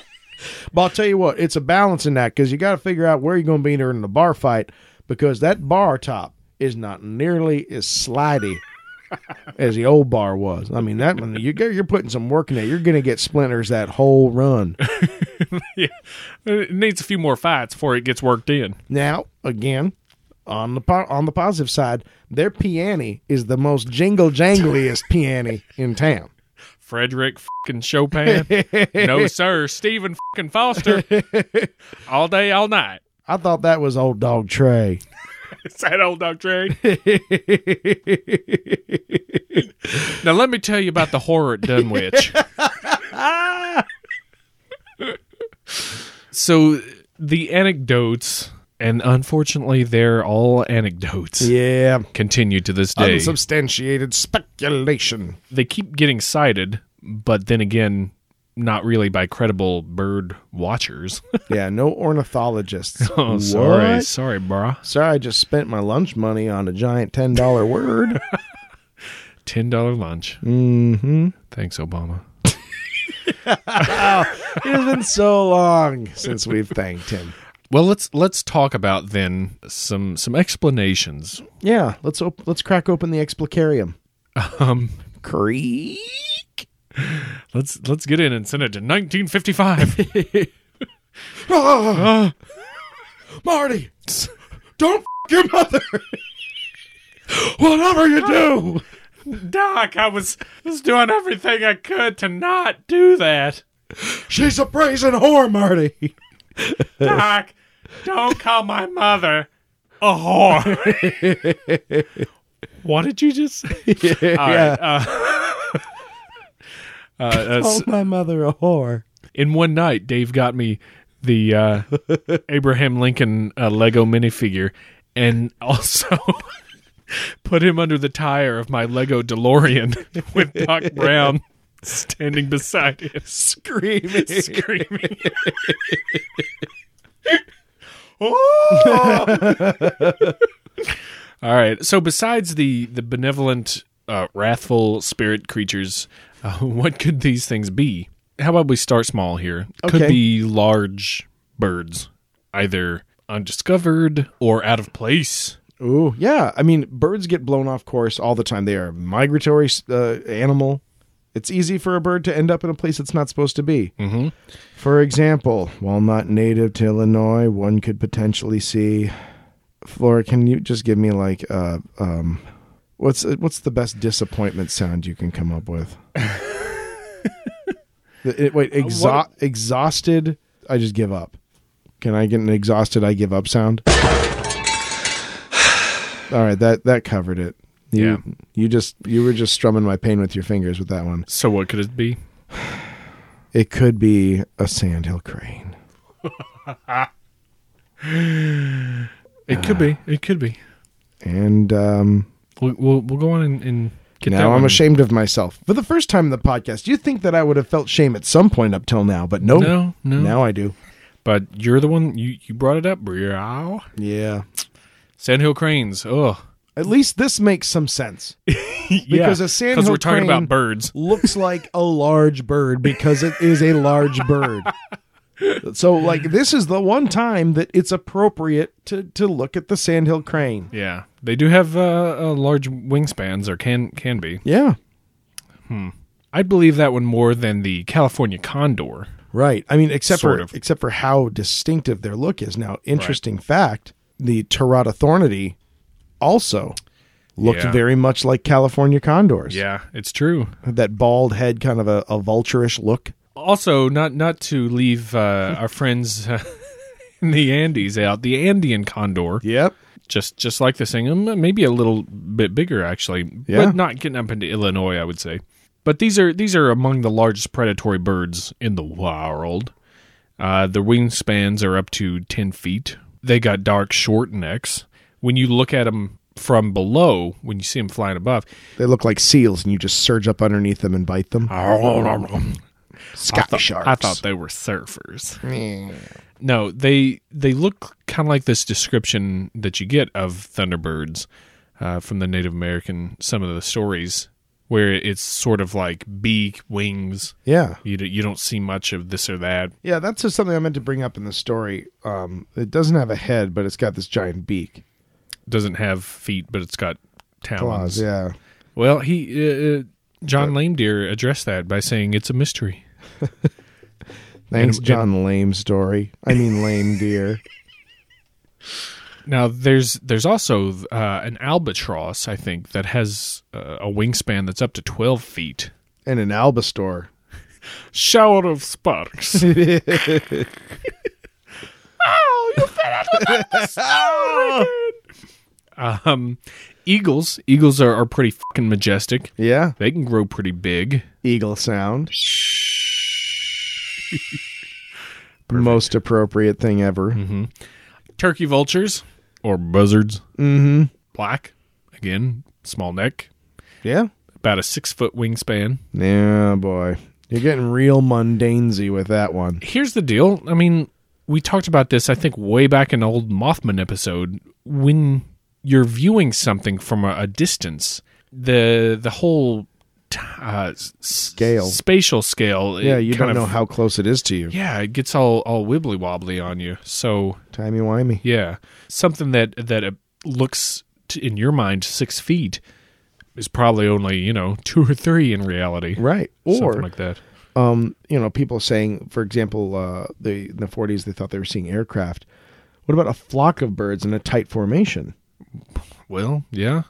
Speaker 1: [laughs]
Speaker 2: but I'll tell you what, it's a balancing act because you got to figure out where you're going to be during the bar fight because that bar top is not nearly as slidey as the old bar was. I mean, that one, you, get- you're putting some work in there. You're going to get splinters that whole run.
Speaker 1: yeah. It needs a few more fights before it gets worked in.
Speaker 2: Now, again, on the po- on the positive side, their piano is the most jingle jangliest piano in town.
Speaker 1: Frederick fucking Chopin. [laughs] no, sir. Stephen fucking Foster. all day, all night.
Speaker 2: I thought that was old dog Trey.
Speaker 1: [laughs]
Speaker 2: [laughs]
Speaker 1: Is that old dog Trey? now, let me tell you about the horror at [laughs] Dunwich. so, the anecdotes, and unfortunately, they're all anecdotes,
Speaker 2: Yeah.
Speaker 1: continue to this day.
Speaker 2: Unsubstantiated speculation.
Speaker 1: they keep getting cited, but then again, not really by credible bird [laughs] watchers.
Speaker 2: yeah, no ornithologists. [laughs]
Speaker 1: oh,
Speaker 2: What?
Speaker 1: sorry. Sorry, brah.
Speaker 2: Sorry, I just spent my lunch money on a giant $10 [laughs] word.
Speaker 1: $10 lunch.
Speaker 2: mm-hmm.
Speaker 1: Thanks, Obama.
Speaker 2: It has been so long since we've thanked him.
Speaker 1: Well, let's let's talk about then some some explanations.
Speaker 2: Yeah, let's op- let's crack open the explicarium.
Speaker 1: Um,
Speaker 2: Creek.
Speaker 1: let's let's get in and send it to 1955.
Speaker 2: Ah! [gasps] Marty, don't f- your mother. [laughs] Whatever you do.
Speaker 1: [laughs] Doc, I was was doing everything I could to not do [laughs] that.
Speaker 2: She's a brazen whore, Marty.
Speaker 1: Doc, don't call my mother a whore. [laughs] what did you just say? All right,
Speaker 2: yeah.
Speaker 1: uh, [laughs] uh, s-
Speaker 2: Called my mother a whore.
Speaker 1: in one night, Dave got me the uh, Abraham Lincoln uh, Lego minifigure and [laughs] also put him under the tire of my Lego DeLorean [laughs] with Doc Brown standing beside him,
Speaker 2: Screaming.
Speaker 1: screaming.
Speaker 2: Oh!
Speaker 1: All right. So besides the the benevolent, uh, wrathful spirit creatures, uh, [laughs] what could these things be? How about we start small here? Could
Speaker 2: Okay.
Speaker 1: be large birds, either undiscovered or out of place.
Speaker 2: Ooh, yeah. I mean, birds get blown off course all the time. They are a migratory uh, animal. It's easy for a bird to end up in a place it's not supposed to be. Mm-hmm. For example, while not native to Illinois, one could potentially see. Flora, can you just give me like uh, um, what's what's the best disappointment sound you can come up with? The- it- wait, exa- exhausted. I just give up. Can I get an exhausted? I give up sound. All right, that that covered it. You,
Speaker 1: Yeah.
Speaker 2: You just you were just strumming my pain with your fingers with that one.
Speaker 1: So what could it be?
Speaker 2: It could be a sandhill crane.
Speaker 1: It could be. It could be.
Speaker 2: And um,
Speaker 1: We'll we'll, we'll go on and, and get that
Speaker 2: now I'm
Speaker 1: one.
Speaker 2: ashamed of myself. For the first time in the podcast, you think that I would have felt shame at some point up till now, but no,
Speaker 1: No, no.
Speaker 2: now I do.
Speaker 1: But you're the one you you brought it up. Brow.
Speaker 2: Yeah.
Speaker 1: Sandhill cranes.
Speaker 2: [laughs]
Speaker 1: Oh,
Speaker 2: At least this makes some sense. Because a sandhill
Speaker 1: because we're talking
Speaker 2: crane-
Speaker 1: about birds.
Speaker 2: looks like a large bird because it is a large bird. So like this is the one time that it's appropriate to to look at the sandhill crane.
Speaker 1: Yeah, they do have uh, uh, large wingspans, or can can be.
Speaker 2: Yeah.
Speaker 1: I'd believe that one more than the California condor.
Speaker 2: Right. I mean, except
Speaker 1: Sort
Speaker 2: for
Speaker 1: of.
Speaker 2: except for how distinctive their look is. Now, interesting fact: the Tarata thornity also looked
Speaker 1: Yeah.
Speaker 2: very much like California condors.
Speaker 1: Yeah, it's true.
Speaker 2: Had that bald head, kind of a, a vulturish look.
Speaker 1: Also, not not to leave uh, our friends uh, in the Andes out, the Andean condor,
Speaker 2: Yep.
Speaker 1: just just like the Singham, maybe a little bit bigger actually,
Speaker 2: Yeah.
Speaker 1: but not getting up into Illinois, I would say. But these are these are among the largest predatory birds in the world. Uh, the wingspans are up to ten feet. They got dark, short necks. When you look at them from below, when you see them flying above,
Speaker 2: They look like seals, and you just surge up underneath them and bite them. Sky sharks.
Speaker 1: Oh, I thought they were surfers. No, they they look kind of like this description that you get of thunderbirds uh, from the Native American some of the stories where it's sort of like beak wings.
Speaker 2: Yeah.
Speaker 1: You d- you don't see much of this or that.
Speaker 2: Yeah, that's just something I meant to bring up in the story. Um, it doesn't have a head, but it's got this giant beak.
Speaker 1: Doesn't have feet, but it's got talons.
Speaker 2: Claws, yeah.
Speaker 1: Well, he. Uh, John Lame Deer addressed that by saying it's a mystery.
Speaker 2: Thanks,
Speaker 1: And-
Speaker 2: John Lame story. I mean,
Speaker 1: [laughs]
Speaker 2: lame deer.
Speaker 1: Now there's there's also uh, an albatross I think that has uh, a wingspan that's up to twelve feet.
Speaker 2: And an albastor.
Speaker 1: Shower of sparks. [laughs] oh, you fell out of the [laughs] snow again. Um, eagles. Eagles are, are pretty fucking majestic.
Speaker 2: Yeah.
Speaker 1: They can grow pretty big.
Speaker 2: Eagle
Speaker 1: [laughs]
Speaker 2: sound. Most appropriate thing ever.
Speaker 1: Mm-hmm. Turkey vultures or buzzards. Mm-hmm. Black. Again, small neck.
Speaker 2: Yeah.
Speaker 1: About a six foot wingspan.
Speaker 2: Yeah, boy. You're getting real mundanesy with that one.
Speaker 1: here's the deal. I mean, we talked about this, I think, way back in the old Mothman episode. When you're viewing something from a, a distance, the the whole t- uh,
Speaker 2: Scale.
Speaker 1: scale, spatial scale, it
Speaker 2: Yeah, you don't
Speaker 1: kind
Speaker 2: know
Speaker 1: of-
Speaker 2: how close it is to you.
Speaker 1: Yeah, it gets all all wibbly wobbly on you. So
Speaker 2: Timey wimey.
Speaker 1: yeah, something that that uh, looks t- in your mind six feet is probably only you know two or three in reality,
Speaker 2: Right.
Speaker 1: something
Speaker 2: Or
Speaker 1: like that.
Speaker 2: um, you know, people saying, for example, uh, the in the 40s they thought they were seeing aircraft. What about a flock of birds in a tight formation?
Speaker 1: Well, yeah.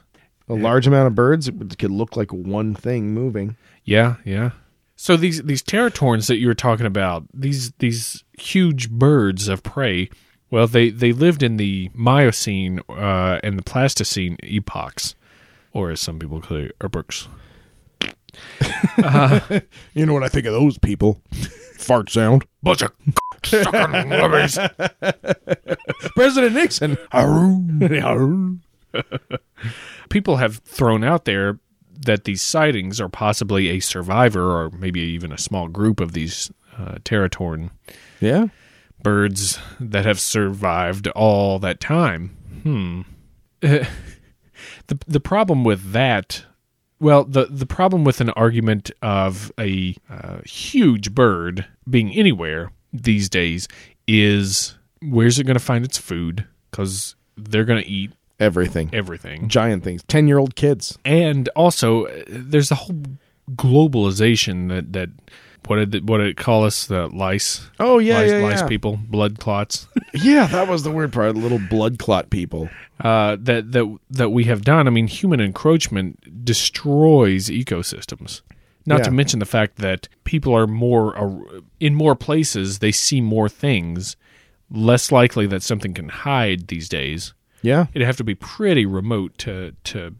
Speaker 2: A large amount of birds it could look like one thing moving.
Speaker 1: Yeah, yeah. So these these pterotorns that you were talking about, these these huge birds of prey, well, they they lived in the Miocene uh, and the Pleistocene epochs, or as some people call it, epochs.
Speaker 5: You know what I think of those people? [laughs] Fart sound.
Speaker 1: Bunch of sucking lubbies.
Speaker 2: President Nixon.
Speaker 1: People have thrown out there that these sightings are possibly a survivor, or maybe even a small group of these uh, pterotorn
Speaker 2: Yeah.
Speaker 1: birds that have survived all that time. Hmm. the [laughs] the problem with that, well, the the problem with an argument of a uh, huge bird being anywhere these days is where's it going to find its food? Because they're going to eat
Speaker 2: Everything.
Speaker 1: everything
Speaker 2: Giant things. 10 year old kids.
Speaker 1: and also uh, there's the whole globalization that that what did it, what did it call us the lice
Speaker 2: Oh, yeah,
Speaker 1: lice,
Speaker 2: yeah,
Speaker 1: lice
Speaker 2: yeah.
Speaker 1: people blood clots
Speaker 2: Yeah, that was the weird part. Little blood clot people.
Speaker 1: uh, that that that we have done. I mean, human encroachment destroys ecosystems. Not to
Speaker 2: Yeah.
Speaker 1: mention the fact that people are more ar- in more places, they see more things. Less likely that something can hide these days.
Speaker 2: Yeah.
Speaker 1: It'd have to be pretty remote to to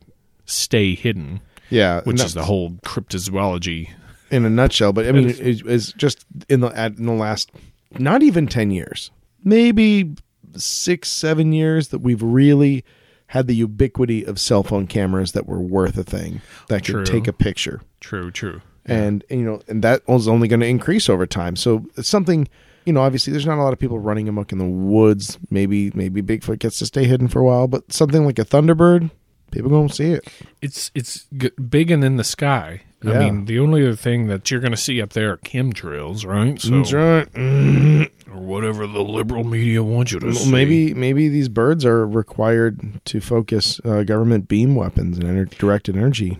Speaker 1: stay hidden,
Speaker 2: Yeah.
Speaker 1: which
Speaker 2: No,
Speaker 1: is the whole cryptozoology.
Speaker 2: in a nutshell. But I mean, it is just in the at, in the last not even ten years, maybe six seven years that we've really had the ubiquity of cell phone cameras that were worth a thing that could
Speaker 1: True.
Speaker 2: take a picture.
Speaker 1: True, true.
Speaker 2: And, and, you know, and that was only going to increase over time. So it's something, you know, obviously there's not a lot of people running amok in the woods. Maybe maybe Bigfoot gets to stay hidden for a while, but something like a thunderbird, people going to see it.
Speaker 1: It's it's g- big and in the sky. I
Speaker 2: Yeah.
Speaker 1: mean, the only other thing that you're going to see up there are chemtrails, right? So
Speaker 2: right.
Speaker 1: or whatever the liberal media wants you to
Speaker 2: Well,
Speaker 1: see.
Speaker 2: maybe maybe these birds are required to focus uh, government beam weapons and ener- directed energy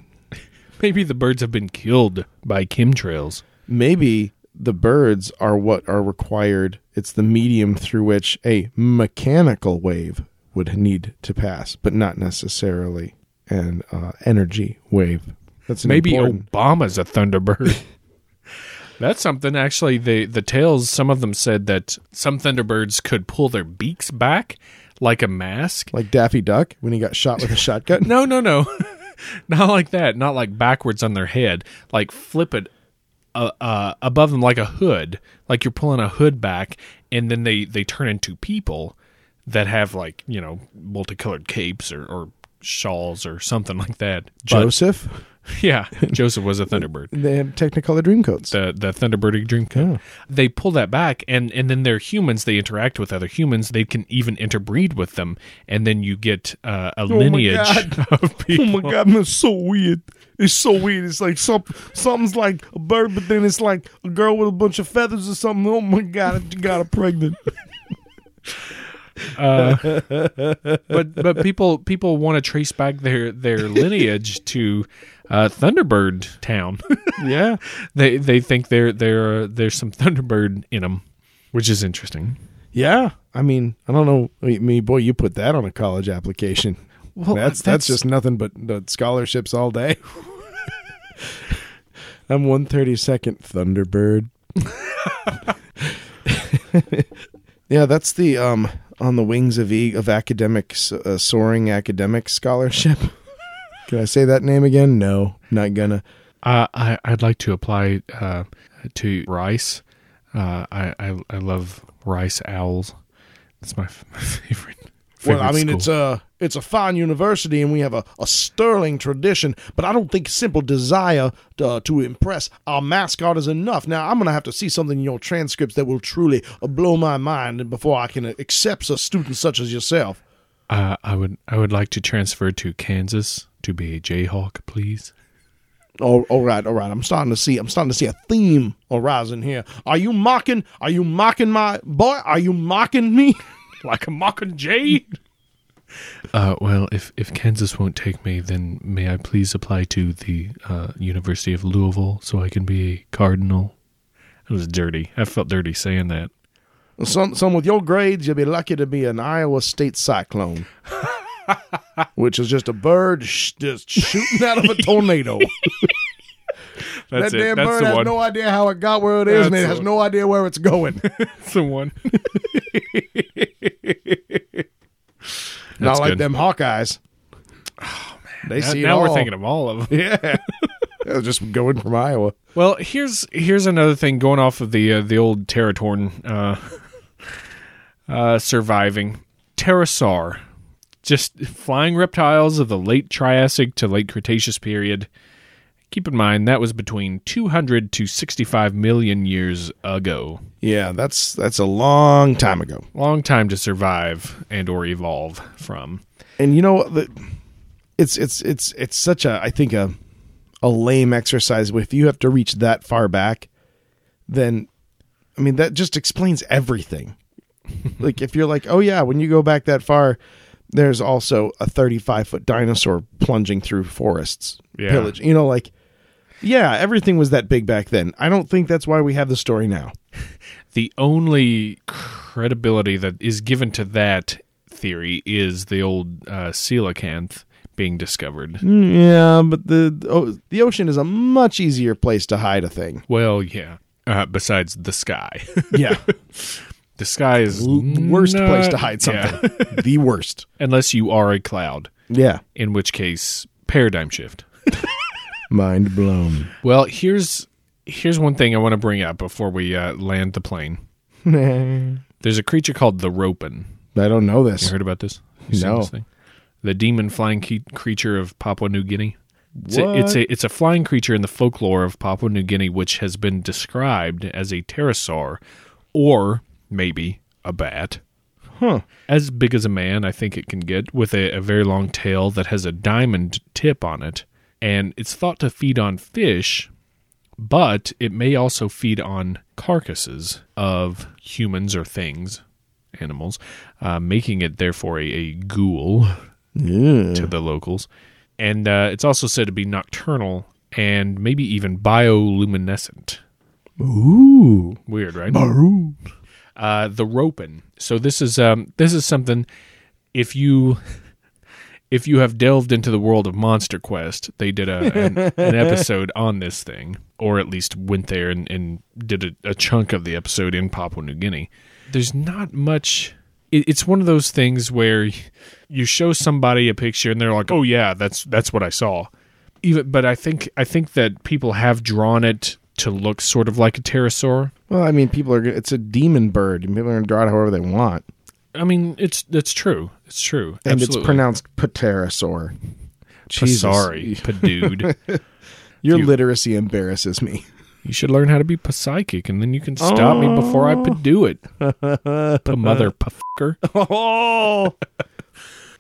Speaker 1: Maybe the birds have been killed by chemtrails.
Speaker 2: maybe the birds are what are required. It's the medium through which a mechanical wave would need to pass, but not necessarily an uh, energy wave. That's an
Speaker 1: Maybe
Speaker 2: important-
Speaker 1: Obama's a Thunderbird. [laughs] That's something. Actually, the the tales. Some of them said that some Thunderbirds could pull their beaks back like a mask.
Speaker 2: like Daffy Duck when he got
Speaker 1: [laughs]
Speaker 2: shot with a shotgun.
Speaker 1: No, no, no, [laughs] not like that. Not like backwards on their head. Like flip it uh, uh, above them like a hood. Like you're pulling a hood back, and then they they turn into people that have like you know multicolored capes or. or shawls or something like that. But-
Speaker 2: Joseph,
Speaker 1: [laughs] yeah, Joseph was a Thunderbird.
Speaker 2: they had Technicolor Dreamcoats.
Speaker 1: the the Thunderbird dream
Speaker 2: Yeah.
Speaker 1: They pull that back, and and then they're humans. They interact with other humans. They can even interbreed with them, and then you get uh, a lineage
Speaker 2: Oh God.
Speaker 1: [laughs] of people.
Speaker 2: Oh my god, man, it's so weird. It's so weird. It's like some something's like a bird, but then it's like a girl with a bunch of feathers or something. Oh my god, you got her pregnant.
Speaker 1: Uh,
Speaker 2: [laughs]
Speaker 1: But but people people want to trace back their their lineage to uh, Thunderbird Town. [laughs]
Speaker 2: yeah.
Speaker 1: they they think there there are- there's some Thunderbird in them, which is interesting.
Speaker 2: Yeah. I mean, I don't know. I mean, boy, you put that on a college application.
Speaker 1: Well,
Speaker 2: that's, that's
Speaker 1: that's-
Speaker 2: just nothing but the scholarships all day. [laughs] I'm one thirty second Thunderbird. [laughs] yeah, that's the um on the wings of e- of academics uh, soaring academic scholarship. [laughs] Can I say that name again? No, not gonna.
Speaker 1: Uh, I I'd like to apply uh, to rice. Uh, I, I I love rice owls. That's my, f- [laughs] my favorite.
Speaker 2: Well,
Speaker 1: favorite
Speaker 2: I mean,
Speaker 1: school.
Speaker 2: it's uh, a it's a fine university, and we have a, a sterling tradition. But I don't think simple desire to, to impress our mascot is enough. Now, I'm gonna have to see something in your transcripts that will truly uh, blow my mind before I can accept a student such as yourself.
Speaker 1: uh, I would I would like to transfer to Kansas to be a Jayhawk, please.
Speaker 2: Oh, all right, all right. I'm starting to see. I'm starting to see a theme arising here. Are you mocking? Are you mocking my boy? Are you mocking me? [laughs]
Speaker 1: Like a mockingjay. [laughs] Uh, well, if if Kansas won't take me, then may I please apply to the uh, University of Louisville so I can be a cardinal? It was dirty. I felt dirty saying that.
Speaker 2: Some, some with your grades, you'll be lucky to be an Iowa
Speaker 1: [laughs]
Speaker 2: State Cyclone, which is just a bird sh- just shooting out of a tornado. that
Speaker 1: [laughs] That's
Speaker 2: damn bird has no idea how it got where it is, and it
Speaker 1: That's
Speaker 2: has
Speaker 1: the
Speaker 2: no idea where it's going.
Speaker 1: [laughs] That's the one.
Speaker 2: Not like
Speaker 1: good.
Speaker 2: them Hawkeyes. Oh man, they see it
Speaker 1: now
Speaker 2: all.
Speaker 1: we're thinking of all of them.
Speaker 2: yeah, They're just going from Iowa.
Speaker 1: Well, here's here's another thing going off of the uh, the old Territorn uh, uh, surviving pterosaur, just flying reptiles of the late Triassic to late Cretaceous period. Keep in mind that was between 200 to 65 million years ago.
Speaker 2: Yeah, that's that's a long time ago.
Speaker 1: Long time to survive and or evolve from.
Speaker 2: and you know the, it's it's it's it's such a i think a a lame exercise if you have to reach that far back then i mean that just explains [laughs] everything like if you're like oh yeah when you go back that far there's also a 35 foot dinosaur plunging through forests
Speaker 1: Yeah.
Speaker 2: pillage you know like yeah everything was that big back then i don't think that's why we have the story now
Speaker 1: the only credibility that is given to that theory is the old uh, coelacanth being discovered.
Speaker 2: Mm, yeah but the oh, the ocean is a much easier place to hide a thing
Speaker 1: Well, yeah. Uh, besides the sky, [laughs]
Speaker 2: yeah
Speaker 1: the sky is
Speaker 2: worst place to
Speaker 1: not-
Speaker 2: hide
Speaker 1: yeah. [laughs]
Speaker 2: something. the worst.
Speaker 1: unless you are a cloud,
Speaker 2: Yeah.
Speaker 1: in which case paradigm shift.
Speaker 2: Mind blown.
Speaker 1: Well, here's here's one thing I want to bring up before we uh, land the
Speaker 2: [laughs]
Speaker 1: plane. There's a creature called the Ropin.
Speaker 2: I don't know
Speaker 1: You
Speaker 2: this.
Speaker 1: heard about this? You seen
Speaker 2: No.
Speaker 1: This thing? The demon flying ke- creature of Papua New Guinea. It's a, it's a it's a flying creature in the folklore of Papua New Guinea, which has been described as a pterosaur, or maybe a bat.
Speaker 2: Huh.
Speaker 1: As big as a man, I think it can get, with a, a very long tail that has a diamond tip on it, and it's thought to feed on fish, but it may also feed on carcasses of humans or things, animals, uh, making it therefore a, a ghoul to the locals. And uh, it's also said to be nocturnal and maybe even bioluminescent.
Speaker 2: Ooh.
Speaker 1: Weird, right? Uh, the roping. So this is um, this is something. If you if you have delved into the world of Monster Quest, they did a, an,
Speaker 2: [laughs]
Speaker 1: an episode on this thing, or at least went there and, and did a, a chunk of the episode in Papua New Guinea. There's not much. It, it's one of those things where you show somebody a picture and they're like, "Oh yeah, that's that's what I saw." Even, but I think I think that people have drawn it to look sort of like a pterosaur.
Speaker 2: Well, I mean, people are. gonna- It's a demon bird, and people are going to draw it however they want.
Speaker 1: I mean, it's that's true. It's true.
Speaker 2: And
Speaker 1: Absolutely.
Speaker 2: it's pronounced pterosaur. Jesus.
Speaker 1: Sorry,
Speaker 2: [laughs]
Speaker 1: Padude.
Speaker 2: Your literacy embarrasses me.
Speaker 1: you should learn how to be psychic, and then you can stop me before I do
Speaker 2: [laughs]
Speaker 1: it. Pa mother [laughs] fucker.
Speaker 2: Oh.
Speaker 1: [laughs]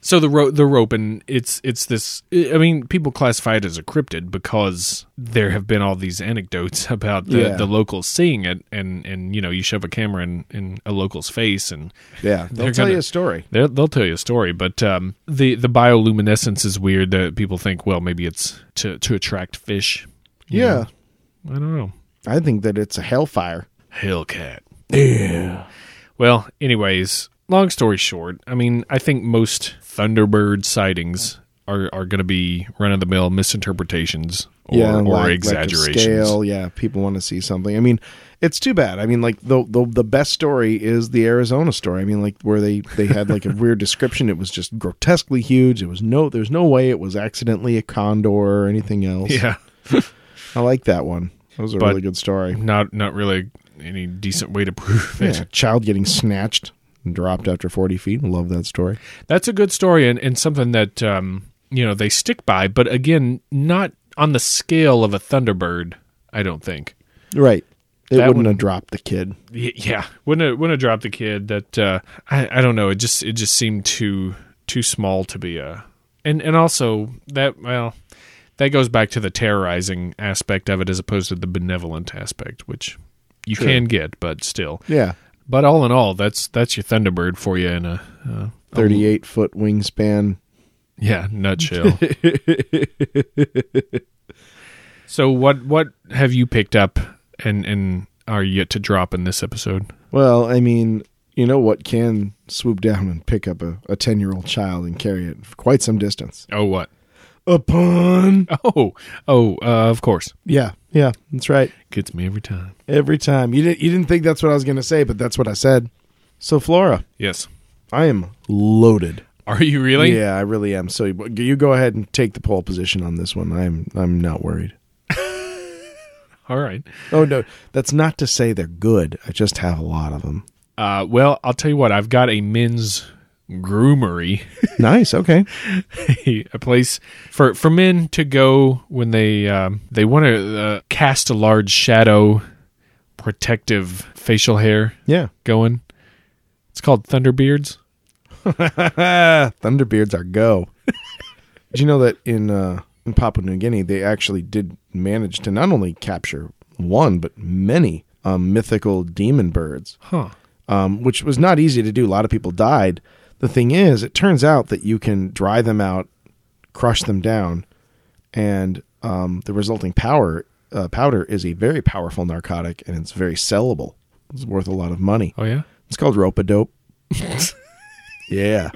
Speaker 1: So the ro- the ropin, it's it's this. I mean, people classify it as a cryptid because there have been all these anecdotes [laughs] about the,
Speaker 2: Yeah.
Speaker 1: the locals seeing it, and and you know, you shove a camera in in a local's face, and
Speaker 2: Yeah. They'll
Speaker 1: [laughs] They're
Speaker 2: tell
Speaker 1: gonna-
Speaker 2: you a story.
Speaker 1: They'll, they'll tell you a story, but um, the the bioluminescence is weird. That people think, well, maybe it's to to attract fish. you
Speaker 2: Yeah.
Speaker 1: know? I don't know.
Speaker 2: I think that it's a hellfire.
Speaker 1: Hellcat. Yeah. Well, anyways, long story short, I mean, I think most Thunderbird sightings are are going to be run of the mill misinterpretations or, or
Speaker 2: like- like a
Speaker 1: exaggerations.
Speaker 2: scale. Yeah, people want to see something. I mean, it's too bad. I mean, like the, the the best story is the Arizona story. I mean, like where they they had like a [laughs] weird description. It was just grotesquely huge. It was no, there's no way it was accidentally a condor or anything
Speaker 1: [laughs]
Speaker 2: else.
Speaker 1: yeah.
Speaker 2: I like that one. That was a
Speaker 1: But-
Speaker 2: really good story.
Speaker 1: Not not really any decent way to prove it.
Speaker 2: Yeah, child getting snatched and dropped after 40 feet. Love that story.
Speaker 1: That's a good story and, and something that um, you know they stick by, but again, not on the scale of a Thunderbird. I don't think.
Speaker 2: Right. It
Speaker 1: That
Speaker 2: wouldn't
Speaker 1: one-
Speaker 2: have dropped the kid.
Speaker 1: Y- yeah, wouldn't it, wouldn't it drop the kid? That uh, I I don't know. It just it just seemed too too small to be a and and also that well that goes back to the terrorizing aspect of it as opposed to the benevolent aspect, which you can get, but still.
Speaker 2: Yeah.
Speaker 1: But all in all, that's that's your Thunderbird for you in a uh,
Speaker 2: 38 foot wingspan.
Speaker 1: Yeah, [laughs] nutshell. so what what have you picked up and and are yet to drop in this episode?
Speaker 2: Well, I mean, you know what can swoop down and pick up a, a 10 year old child and carry it for quite some distance?
Speaker 1: Oh what?
Speaker 2: A pun.
Speaker 1: Oh oh uh, of course.
Speaker 2: Yeah. Yeah. That's right.
Speaker 1: Gets me every time.
Speaker 2: Every time. You didn't, you didn't think that's what I was going to say, but that's what I said. So, Flora,
Speaker 1: Yes.
Speaker 2: I am loaded.
Speaker 1: Are you really?
Speaker 2: Yeah, I really am. So you you go ahead and take the pole position on this one. I'm I'm not worried.
Speaker 1: All right.
Speaker 2: Oh no, that's not to say they're good. I just have a lot of them.
Speaker 1: Uh, well, I'll tell you what. I've got a men's groomery, [laughs]
Speaker 2: Nice. Okay.
Speaker 1: a place for for men to go when they um, they want to uh, cast a large shadow, protective facial hair
Speaker 2: Yeah.
Speaker 1: going. It's called Thunderbeards.
Speaker 2: Thunderbeards are go. [laughs] did you know that in uh, in Papua New Guinea they actually did manage to not only capture one but many um, mythical demon birds,
Speaker 1: Huh.
Speaker 2: um, which was not easy to do. A lot of people died. The thing is, it turns out that you can dry them out, crush them down, and um, the resulting power uh, powder is a very powerful narcotic and it's very sellable. It's worth a lot of money.
Speaker 1: Oh yeah.
Speaker 2: It's called rope [laughs] dope. yeah.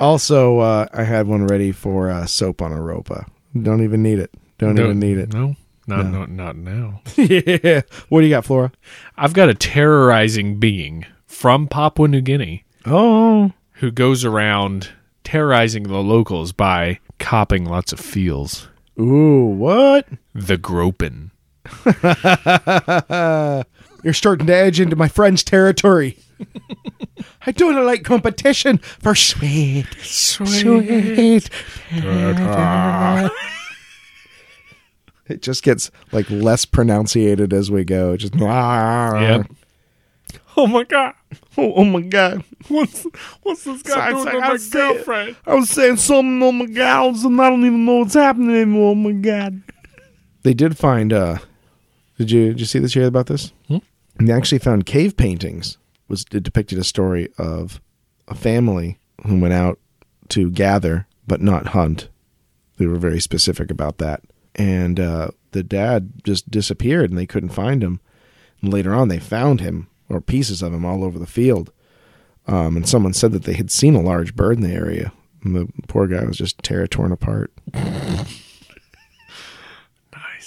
Speaker 2: Also, uh, I had one ready for uh, soap on a ropa. Don't even need it. Don't
Speaker 1: No-
Speaker 2: even need it.
Speaker 1: No. Not not not now.
Speaker 2: [laughs] yeah. What do you got, Flora?
Speaker 1: I've got a terrorizing being from Papua New Guinea
Speaker 2: Oh,
Speaker 1: who goes around terrorizing the locals by copping lots of feels.
Speaker 2: ooh, what?
Speaker 1: The groping.
Speaker 2: You're starting to edge into my friend's [laughs] territory. I don't like competition for sweet, sweet. it just gets like less pronunciated as we go. Just Uh-huh.
Speaker 1: Yep.
Speaker 4: Oh my god.
Speaker 2: Oh, oh my god!
Speaker 4: What's what's this guy
Speaker 2: Sorry,
Speaker 4: doing
Speaker 2: sorry,
Speaker 4: to
Speaker 2: I
Speaker 4: my
Speaker 2: was saying-
Speaker 4: girlfriend?
Speaker 2: I was saying something. Oh my god! and I don't even know what's happening anymore. Oh my god! They did find. uh Did you did you see this? You heard about this?
Speaker 4: Hmm?
Speaker 2: And they actually found cave paintings. Was it depicted a story of a family who went out to gather but not hunt. They were very specific about that, and uh, the dad just disappeared and they couldn't find him. And later on, they found him or pieces of him all over the field. Um, and someone said that they had seen a large bird in the area. And the poor guy was just tear torn apart.
Speaker 1: Nice.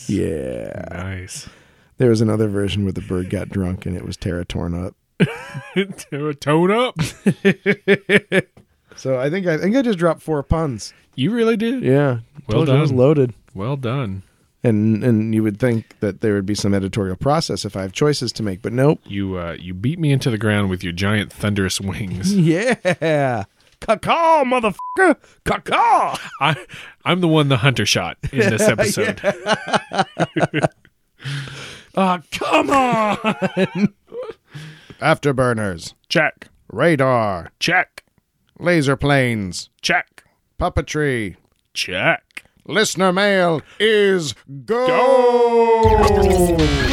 Speaker 2: Yeah.
Speaker 1: Nice. [laughs]
Speaker 2: There was another version where the bird got drunk and it was tear torn up.
Speaker 1: Tone up.
Speaker 2: So I think I, I think I just dropped four puns.
Speaker 1: You really did.
Speaker 2: Yeah.
Speaker 1: Well
Speaker 2: Told you I was
Speaker 1: done.
Speaker 2: loaded.
Speaker 1: Well done.
Speaker 2: And and you would think that there would be some editorial process if I have choices to make, but nope.
Speaker 1: You uh, you beat me into the ground with your giant thunderous
Speaker 2: [laughs]
Speaker 1: wings.
Speaker 2: Yeah. Caw motherfucker. Caw.
Speaker 1: I I'm the one the hunter shot in
Speaker 2: [laughs]
Speaker 1: this episode.
Speaker 2: Ah, come on. Afterburners,
Speaker 1: Check.
Speaker 2: radar,
Speaker 1: Check.
Speaker 2: laser planes,
Speaker 1: Check.
Speaker 2: puppetry.
Speaker 1: Check.
Speaker 2: Listener mail is go. [laughs]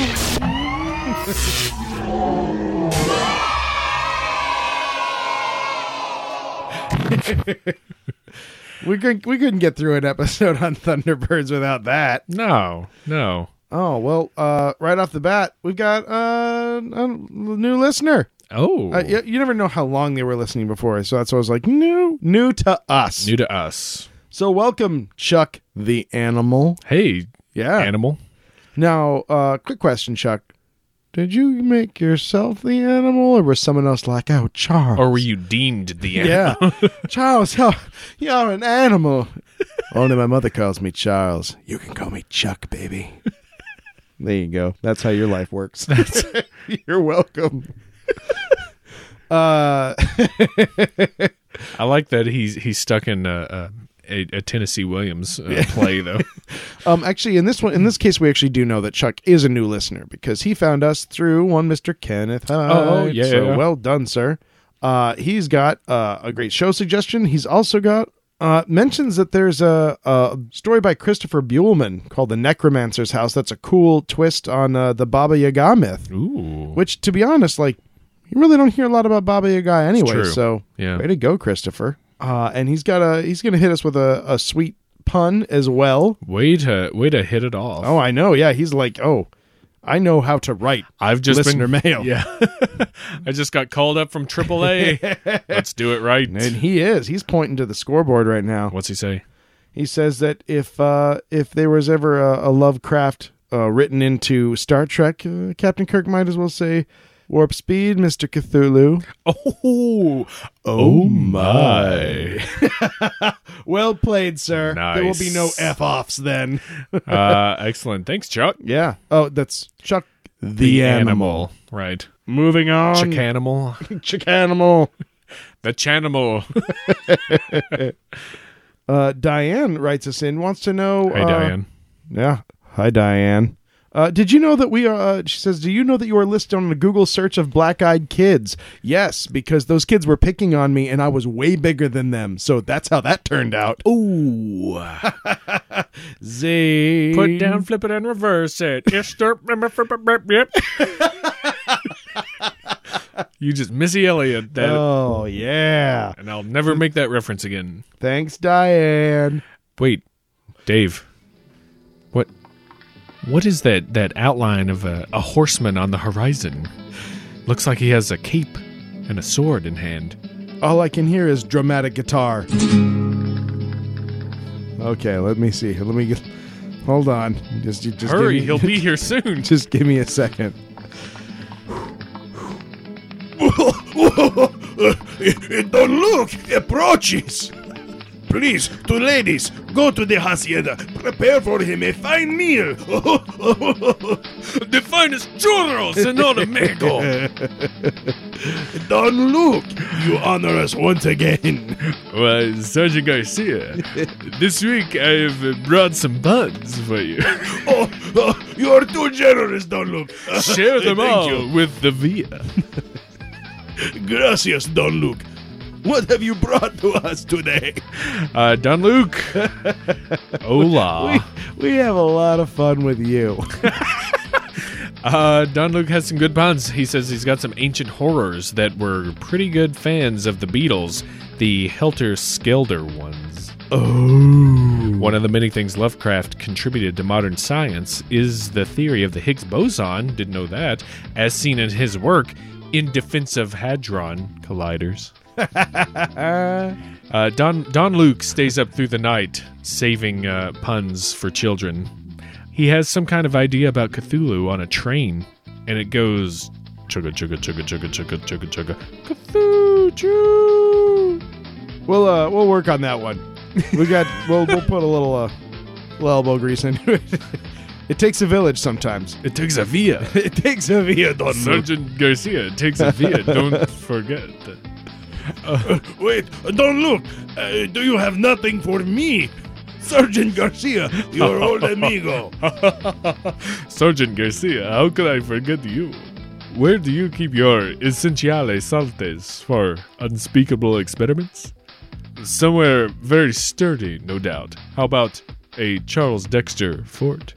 Speaker 2: we couldn't we couldn't get through an episode on Thunderbirds without that.
Speaker 1: No. No.
Speaker 2: Oh well, uh, right off the bat, we've got uh, a new listener.
Speaker 1: Oh.
Speaker 2: Uh, you, you never know how long they were listening before, so that's why I was like, new, new to us.
Speaker 1: New to us.
Speaker 2: So welcome, Chuck the animal.
Speaker 1: Hey,
Speaker 2: Yeah.
Speaker 1: animal.
Speaker 2: Now, uh, quick question, Chuck. Did you make yourself the animal, or was someone else like, "Oh, Charles"?
Speaker 1: Or were you deemed the animal?
Speaker 2: yeah, [laughs] Charles, you're, you're
Speaker 1: [laughs]
Speaker 2: an animal. Only my mother calls me Charles. You can call me Chuck, baby. there you go. That's how your life works. [laughs]
Speaker 1: [laughs]
Speaker 2: you're welcome. uh,
Speaker 1: I like that he's he's stuck in uh, uh, a, a Tennessee Williams uh, play though.
Speaker 2: um, actually, in this one, in this case, we actually do know that Chuck is a new listener because he found us through one Mister Kenneth. Hyde.
Speaker 1: Oh, yeah,
Speaker 2: So
Speaker 1: yeah.
Speaker 2: well done, sir. Uh, he's got uh, a great show suggestion. He's also got uh, mentions that there's a, a story by Christopher Buhlman called "The Necromancer's House." That's a cool twist on uh, the Baba Yaga
Speaker 1: [laughs]
Speaker 2: myth.
Speaker 1: Ooh.
Speaker 2: Which, to be honest, like you really don't hear a lot about Baba Yaga anyway.
Speaker 1: true.
Speaker 2: So
Speaker 1: Yeah.
Speaker 2: way to go, Christopher. Uh, and he's got a he's gonna hit us with a, a sweet pun as well.
Speaker 1: Way to way to hit it off.
Speaker 2: Oh, I know. Yeah, he's like, oh, I know how to write.
Speaker 1: I've just
Speaker 2: listener
Speaker 1: been
Speaker 2: [laughs] mail.
Speaker 1: Yeah. I just got called up from [laughs] AAA. Let's do it right.
Speaker 2: And he is. He's pointing to the scoreboard right now.
Speaker 1: What's he say?
Speaker 2: He says that if uh, if there was ever a, a Lovecraft uh, written into Star Trek, uh, Captain Kirk might as well say, "Warp speed, Mister Cthulhu."
Speaker 1: Oh, oh my!
Speaker 2: Well played, sir. There will be no
Speaker 1: Nice.
Speaker 2: f offs then.
Speaker 1: uh, excellent. Thanks, Chuck.
Speaker 2: yeah. Oh, that's Chuck. The,
Speaker 1: Right.
Speaker 2: Moving on.
Speaker 1: Chuck animal.
Speaker 2: Chick animal.
Speaker 1: The chanimal.
Speaker 2: Uh, Diane writes us in. Wants to know.
Speaker 1: Hey,
Speaker 2: uh,
Speaker 1: Diane.
Speaker 2: Yeah. Hi, Diane. Uh, did you know that we are? Uh, she says, "Do you know that you are listed on the Google search of black-eyed kids?" Yes, because those kids were picking on me, and I was way bigger than them. So that's how that turned out. Ooh, [laughs] Z.
Speaker 1: Put down, flip it, and reverse it. Yes, sir. Remember, flip it, flip [laughs] it, yep. you just Missy Elliott that,
Speaker 2: Oh yeah.
Speaker 1: and I'll never make that reference again.
Speaker 2: Thanks, Diane.
Speaker 1: Wait, Dave. What? What is that? That outline of a, a horseman on the horizon. Looks like he has a cape and a sword in hand.
Speaker 2: All I can hear is dramatic guitar. Okay, let me see. Let me get. Hold on. Just, just give
Speaker 1: [laughs] Hurry,
Speaker 2: me-
Speaker 1: he'll be here soon.
Speaker 2: [laughs] Just give me a second.
Speaker 3: the look approaches. Please, to ladies, go to the hacienda. Prepare for him a fine meal. [laughs] the finest churros
Speaker 1: [laughs]
Speaker 3: in all of Mexico. Don Luke, you honor us once again. [laughs]
Speaker 1: Well, Sergeant Garcia, this week I have uh, brought some buns for [laughs] you.
Speaker 3: Oh, oh, you are too generous, Don [laughs] Luke.
Speaker 1: Share them
Speaker 3: Thank
Speaker 1: all
Speaker 3: you.
Speaker 1: with the Via.
Speaker 3: Gracias, Don Luke. What have you brought to us today? [laughs]
Speaker 1: Uh, Don [laughs] Luke. Hola.
Speaker 2: We have a lot of fun with you.
Speaker 1: Uh, Don Luke has some good puns. He says he's got some ancient horrors that were pretty good fans of the Beatles, the Helter Skelter ones. One of the many things Lovecraft contributed to modern science is the theory of the Higgs boson, didn't know that, as seen in his work in Defense of Hadron Colliders. uh, Don, Don Luke stays up through the night saving uh, puns for children. He has some kind of idea about Cthulhu on a train, and it goes chugga chugga chugga chugga chugga chugga chugga Cthulhu.
Speaker 2: We'll uh, we'll work on that one.
Speaker 1: [laughs]
Speaker 2: We got we'll we'll put a little uh, little elbow grease into it. It takes a village sometimes.
Speaker 1: [laughs] It takes a via.
Speaker 2: It takes a via, Don
Speaker 1: Sergeant Garcia it takes a via. Don't forget.
Speaker 5: Wait, don't look. Uh, do you have nothing for me? Sergeant Garcia,
Speaker 1: [laughs]
Speaker 5: your old
Speaker 3: [laughs]
Speaker 5: amigo.
Speaker 1: Sergeant Garcia, how could I forget you? Where do you keep your essentiales saltes for unspeakable experiments? Somewhere very sturdy, no doubt. How about a Charles Dexter fort?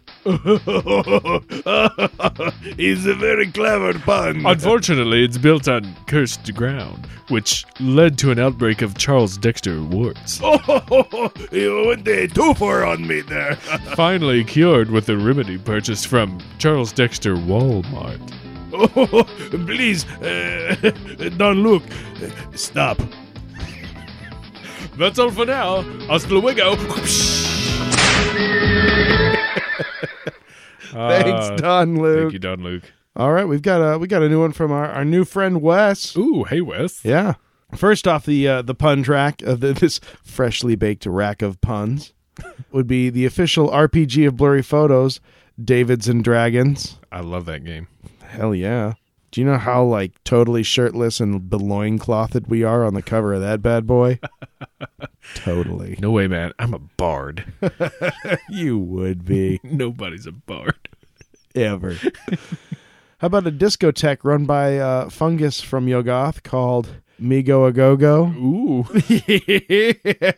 Speaker 5: He's a very clever pun.
Speaker 3: [laughs]
Speaker 1: Unfortunately, it's built on cursed ground, which led to an outbreak of Charles Dexter warts.
Speaker 3: Oh!
Speaker 5: you went a twofer on me
Speaker 3: [laughs]
Speaker 5: there.
Speaker 1: Finally cured with a remedy purchased from Charles Dexter Walmart.
Speaker 5: Oh, [laughs] please, uh, [laughs] don't look. Uh, Stop.
Speaker 1: That's all for now. Hasta
Speaker 2: [laughs]
Speaker 1: luego.
Speaker 2: Thanks, Don Luke.
Speaker 1: Uh, Ah, Thank you, Don Luke.
Speaker 2: All right, we've got a we got a new one from our, our new friend Wes.
Speaker 1: Ooh, hey Wes.
Speaker 2: Yeah. First off, the uh, the pun track of the, this freshly baked rack of puns would be the official RPG of blurry photos, Davids and Dragons.
Speaker 1: I love that game.
Speaker 2: Hell yeah. Do you know how like totally shirtless and clothed we are on the cover of that
Speaker 1: [laughs]
Speaker 2: bad boy? totally.
Speaker 1: No way, man. I'm a bard. [laughs]
Speaker 2: You would be
Speaker 1: Nobody's a bard.
Speaker 2: ever. [laughs] how about a discotheque run by uh, fungus from Yogoth called Migo Agogo?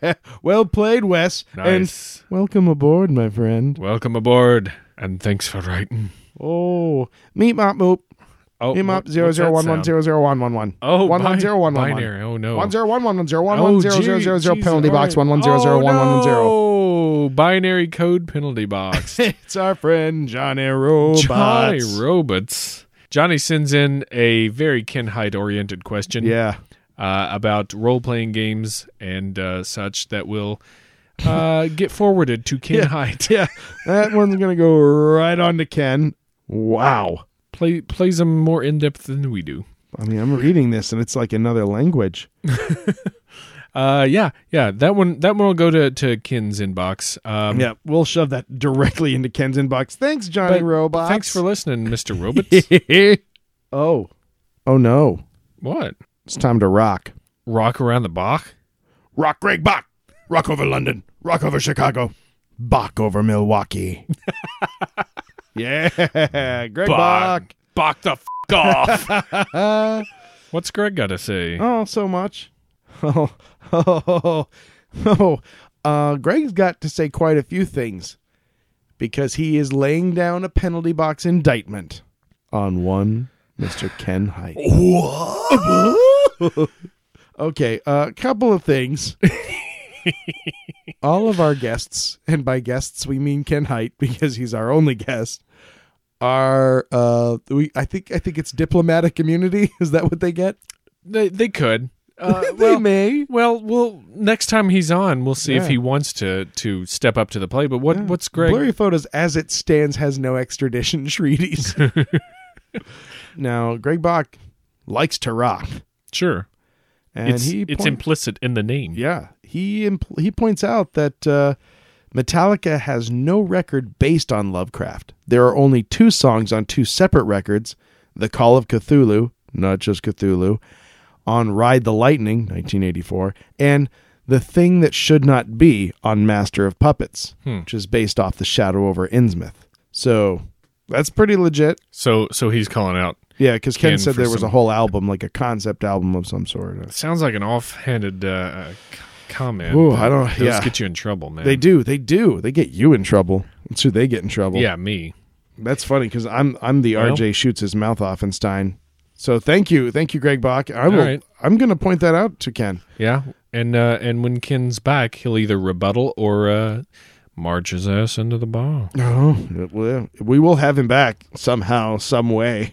Speaker 2: [laughs]
Speaker 1: Ooh,
Speaker 2: yeah. Well played, Wes.
Speaker 1: nice.
Speaker 2: And welcome aboard, my friend.
Speaker 1: Welcome aboard, and thanks for writing.
Speaker 2: Oh, meet mop moop.
Speaker 1: Oh,
Speaker 2: Meet
Speaker 1: what-
Speaker 2: mop zero
Speaker 1: what's that
Speaker 2: zero one one
Speaker 1: sound?
Speaker 2: zero zero one one one.
Speaker 1: Oh,
Speaker 2: one
Speaker 1: bi-
Speaker 2: one zero one one
Speaker 1: binary.
Speaker 2: one.
Speaker 1: Oh no.
Speaker 2: One zero one one one zero one
Speaker 1: Oh,
Speaker 2: one zero zero
Speaker 1: gee,
Speaker 2: zero zero
Speaker 1: geez,
Speaker 2: penalty
Speaker 1: all
Speaker 2: box
Speaker 1: right.
Speaker 2: one one zero zero
Speaker 1: Oh,
Speaker 2: one one one zero.
Speaker 1: no. Binary code penalty
Speaker 2: [laughs]
Speaker 1: box.
Speaker 2: It's our friend Johnny Robots.
Speaker 1: Johnny robots. Johnny sends in a very Ken Hyde oriented question.
Speaker 2: Yeah.
Speaker 1: uh, about role playing games and uh, such that will uh, [laughs] get forwarded to Ken Height.
Speaker 2: Yeah. That one's gonna go right on to Ken. Wow.
Speaker 1: Play, plays them more in depth than we do.
Speaker 2: I mean, I'm reading this and it's like another language.
Speaker 1: Uh, yeah, yeah. That one, that one will go to, to Ken's inbox. Um,
Speaker 2: Yeah, we'll shove that directly into Ken's inbox. Thanks, Johnny
Speaker 1: but
Speaker 2: Robots.
Speaker 1: Thanks for listening, Mister
Speaker 2: [laughs]
Speaker 1: Robots.
Speaker 2: oh, oh no,
Speaker 1: what?
Speaker 2: it's time to rock.
Speaker 1: Rock around the Bach.
Speaker 5: Rock Greg Bach. Rock over London. Rock over Chicago.
Speaker 2: Bach over Milwaukee. [laughs] yeah, Greg Bach. Ah.
Speaker 1: Bach. Bach the f- off. [laughs] What's Greg got to say?
Speaker 2: Oh, so much. [laughs] Oh, oh, oh, [laughs] oh. Uh, Greg's got to say quite a few things because he is laying down a penalty box indictment on one Mr. Ken Height. [laughs] okay, a couple of things. All of our guests, and by guests we mean Ken Height because he's our only guest, are uh, we? I think I think it's diplomatic immunity. [laughs] Is that what they get?
Speaker 1: They they could.
Speaker 2: [laughs]
Speaker 1: Uh,
Speaker 2: they
Speaker 1: well,
Speaker 2: may.
Speaker 1: Well, we'll next time he's on, we'll see if
Speaker 2: Yeah.
Speaker 1: he wants to to step up to the plate. But what what's Greg?
Speaker 2: Blurry Photos, as it stands, has no extradition
Speaker 1: [laughs]
Speaker 2: [laughs] treaties. now, Greg Bach likes to rock,
Speaker 1: Sure,
Speaker 2: and
Speaker 1: it's
Speaker 2: he
Speaker 1: it's
Speaker 2: point-
Speaker 1: implicit in the name.
Speaker 2: yeah he impl- he points out that uh, Metallica has no record based on Lovecraft. There are only two songs on two separate records: "The Call of Cthulhu," not just Cthulhu, on "Ride the Lightning" (1984) and "The Thing That Should Not Be" on "Master of Puppets,"
Speaker 1: Hmm.
Speaker 2: which is based off the Shadow over Innsmouth. So that's pretty legit.
Speaker 1: So so he's calling out.
Speaker 2: Yeah, because Ken
Speaker 1: Ken
Speaker 2: said
Speaker 1: for
Speaker 2: there was
Speaker 1: some-
Speaker 2: a whole album, like a concept album of some sort. uh,
Speaker 1: Sounds like an offhanded uh, uh, c- comment.
Speaker 2: Ooh, I don't-
Speaker 1: Those
Speaker 2: yeah.
Speaker 1: get you in trouble, man.
Speaker 2: They do. They do. They get you in trouble. That's who they get in trouble.
Speaker 1: Yeah, me.
Speaker 2: That's funny because I'm I'm the
Speaker 1: Well-
Speaker 2: RJ shoots his mouth off and Stein. So thank you, thank you, Greg Bach. I will.
Speaker 1: right.
Speaker 2: I'm going to point that out to Ken.
Speaker 1: Yeah, And uh, and when Ken's back, he'll either rebuttal or uh, march his ass into the bar.
Speaker 2: Oh, well, we will have him back somehow, some way.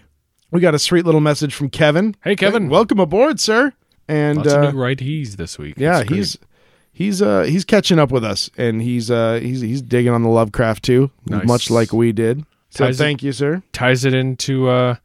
Speaker 2: We got a sweet little message from Kevin.
Speaker 1: Hey, Kevin.
Speaker 2: welcome aboard, sir. And
Speaker 1: Lots
Speaker 2: uh,
Speaker 1: of new right he's this week.
Speaker 2: yeah,
Speaker 1: It's great.
Speaker 2: he's he's uh he's catching up with us, and he's uh he's he's digging on the Lovecraft too,
Speaker 1: Nice.
Speaker 2: much like we did. So
Speaker 1: Ties it-
Speaker 2: thank you, sir.
Speaker 1: ties it into uh,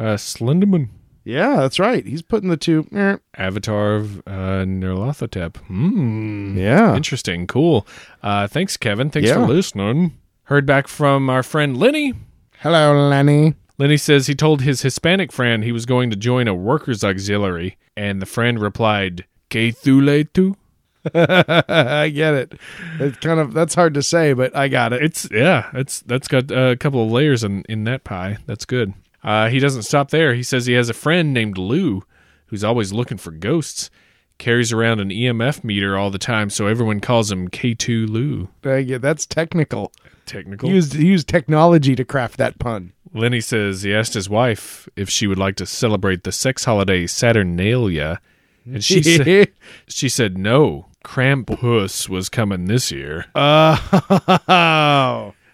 Speaker 1: uh, Slenderman,
Speaker 2: Yeah, that's right. He's putting the two. er,
Speaker 1: Avatar of uh, Nerlothotep. Hmm.
Speaker 2: Yeah,
Speaker 1: Interesting. Cool. Uh, thanks, Kevin. Thanks
Speaker 2: Yeah.
Speaker 1: for listening. Heard back from our friend Lenny.
Speaker 2: hello, Lenny.
Speaker 1: Lenny says he told his Hispanic friend he was going to join a workers' auxiliary, and the friend replied, Que thule tu?
Speaker 2: [laughs] I get it. It's kind of that's hard to say, but I got it.
Speaker 1: It's yeah, it's that's got uh, a couple of layers in in that pie. That's good. Uh, he doesn't stop there. He says he has a friend named Lou who's always looking for ghosts. Carries around an EMF meter all the time, so everyone calls him K2 Lou.
Speaker 2: I get uh, that's technical.
Speaker 1: Technical.
Speaker 2: He used he used technology to craft that [laughs] pun.
Speaker 1: Lenny says he asked his wife if she would like to celebrate the sex holiday Saturnalia, and
Speaker 2: [laughs]
Speaker 1: she said she said no. Krampus was coming this year. [laughs]
Speaker 2: oh,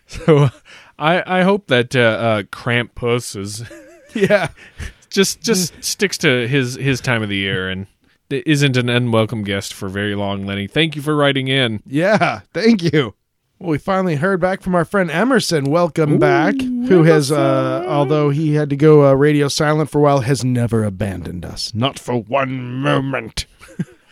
Speaker 1: So I I hope that uh, uh, Krampus is
Speaker 2: [laughs]
Speaker 1: [laughs]
Speaker 2: yeah.
Speaker 1: just just sticks to his his time of the year and isn't an unwelcome guest for very long lenny thank you for writing in
Speaker 2: Yeah, thank you. Well, we finally heard back from our friend Emerson. Welcome back, who has, uh, although he had to go uh, radio silent for a while, has never abandoned us. Not for one moment.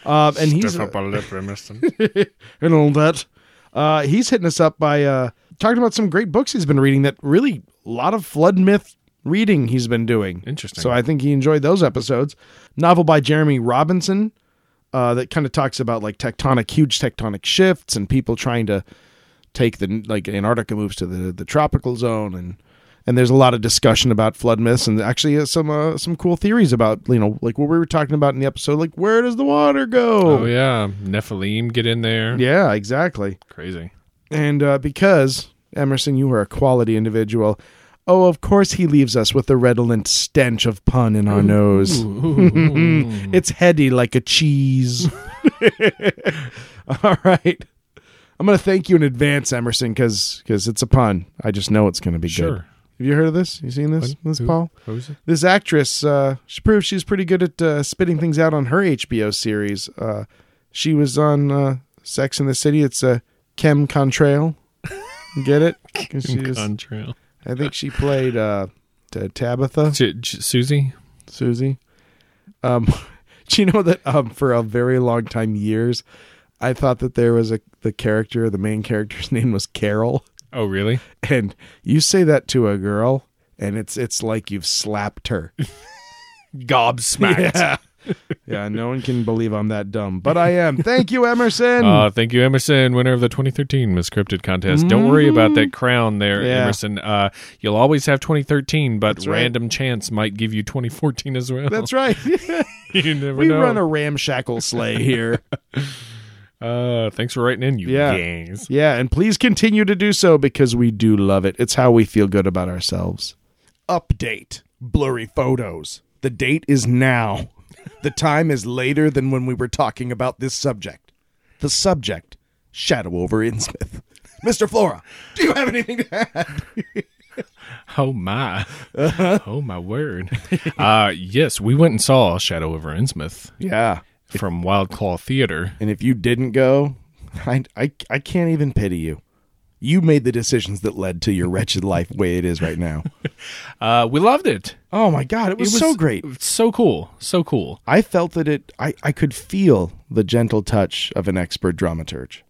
Speaker 2: um, and he's uh, and all that. Uh, he's hitting us up by uh, talking about some great books he's been reading. That really a lot of flood myth reading he's been doing.
Speaker 1: Interesting.
Speaker 2: So I think he enjoyed those episodes. Novel by Jeremy Robinson uh, that kind of talks about like tectonic, huge tectonic shifts and people trying to take the like Antarctica moves to the the tropical zone and. And there's a lot of discussion about flood myths, and actually uh, some uh, some cool theories about you know like what we were talking about in the episode, like where does the water go?
Speaker 1: oh yeah nephilim get in there
Speaker 2: yeah, exactly.
Speaker 1: crazy
Speaker 2: And uh, because, Emerson, you are a quality individual, oh, of course he leaves us with the redolent stench of pun in our nose. [laughs] it's heady like a cheese. [laughs] All right. I'm going to thank you in advance, Emerson, because it's a pun. I just know it's going to be good.
Speaker 1: Sure.
Speaker 2: Have you heard of this? You seen this, this Paul?
Speaker 1: Who's it?
Speaker 2: This actress, uh, she proved she's pretty good at uh, spitting things out on her HBO series. Uh, she was on uh, Sex in the City. It's uh, Kem Contrail. Get it? 'Cause she was-
Speaker 1: Contrail.
Speaker 2: I think she played uh, T- Tabitha,
Speaker 1: J- J- susie
Speaker 2: Susie. Um, [laughs] do you know that um, for a very long time, years, I thought that there was a the character, the main character's [laughs] name was Carol.
Speaker 1: oh really
Speaker 2: And you say that to a girl, and it's it's like you've slapped her.
Speaker 1: gobsmacked
Speaker 2: Yeah, no one can believe I'm that dumb, but I am. Thank you, Emerson.
Speaker 1: Uh, thank you, Emerson, winner of the 2013 Miss Cryptid contest. Don't worry about that crown there,
Speaker 2: Mm-hmm. Yeah.
Speaker 1: Emerson. Uh, you'll always have 2013, but
Speaker 2: right.
Speaker 1: random chance might give you 2014 as well.
Speaker 2: That's right.
Speaker 1: [laughs] you never
Speaker 2: [laughs] we
Speaker 1: know.
Speaker 2: run a ramshackle sleigh here.
Speaker 1: uh, thanks for writing in, you
Speaker 2: Yeah.
Speaker 1: gangs.
Speaker 2: yeah, and please continue to do so because we do love it. It's how we feel good about ourselves. Update blurry photos. The date is now. The time is later than when we were talking about this subject. The subject, Shadow over Innsmouth. Mr. Flora, do you have anything to add?
Speaker 1: Oh
Speaker 2: [laughs]
Speaker 1: my! Oh my word! uh, yes, we went and saw Shadow over Innsmouth
Speaker 2: Yeah.
Speaker 1: from Wild Claw Theater.
Speaker 2: And if you didn't go, [laughs] I, I, I can't even pity you. You made the decisions that led to your wretched life the way it is right now.
Speaker 1: Uh, we loved it.
Speaker 2: [laughs] oh my God, it was, so great.
Speaker 1: so cool, so cool.
Speaker 2: I felt that it, I, I could feel the gentle touch of an expert dramaturge.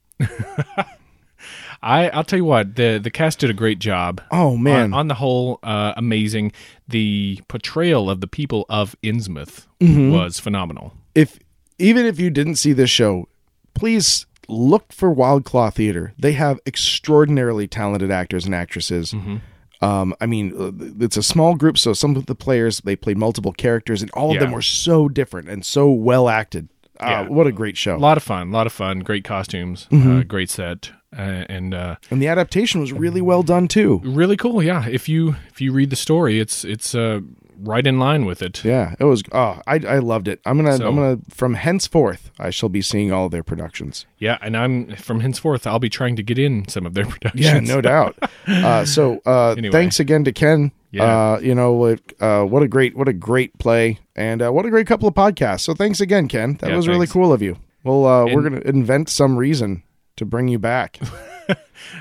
Speaker 1: I I'll tell you what the the cast did a great job.
Speaker 2: Oh, man.
Speaker 1: on, on the whole, uh, amazing. The portrayal of the people of Innsmouth
Speaker 2: Mm-hmm.
Speaker 1: was phenomenal.
Speaker 2: If Even if you didn't see this show, please look for Wild Claw Theater. They have extraordinarily talented actors and actresses.
Speaker 1: Mm-hmm.
Speaker 2: Um, I mean, uh, it's a small group, so some of the players they played multiple characters, and all of
Speaker 1: Yeah.
Speaker 2: them were so different and so well acted. Ah,
Speaker 1: Yeah.
Speaker 2: What a great
Speaker 1: A
Speaker 2: show!
Speaker 1: lot of fun, a lot of fun. Great costumes,
Speaker 2: Mm-hmm.
Speaker 1: uh, great set, uh, and uh,
Speaker 2: And the adaptation was really well done too.
Speaker 1: really cool. Yeah, if you if you read the story, it's it's uh, right in line with it.
Speaker 2: Yeah, it was. Oh, I, I loved it. I'm gonna
Speaker 1: So-
Speaker 2: I'm gonna from henceforth I shall be seeing all their productions.
Speaker 1: Yeah, and I'm from henceforth I'll be trying to get in some of their [laughs] productions.
Speaker 2: Yeah,
Speaker 1: [laughs]
Speaker 2: no doubt. Uh, so uh,
Speaker 1: Anyway.
Speaker 2: thanks again to Ken.
Speaker 1: Yeah.
Speaker 2: Uh, you know what? Uh, what a great what a great play and uh, what a great couple of podcasts. So thanks again, Ken. That
Speaker 1: Yeah,
Speaker 2: was really
Speaker 1: thanks.
Speaker 2: cool of you. Well, uh, we're
Speaker 1: And-
Speaker 2: gonna invent some reason to bring you
Speaker 1: [laughs]
Speaker 2: back.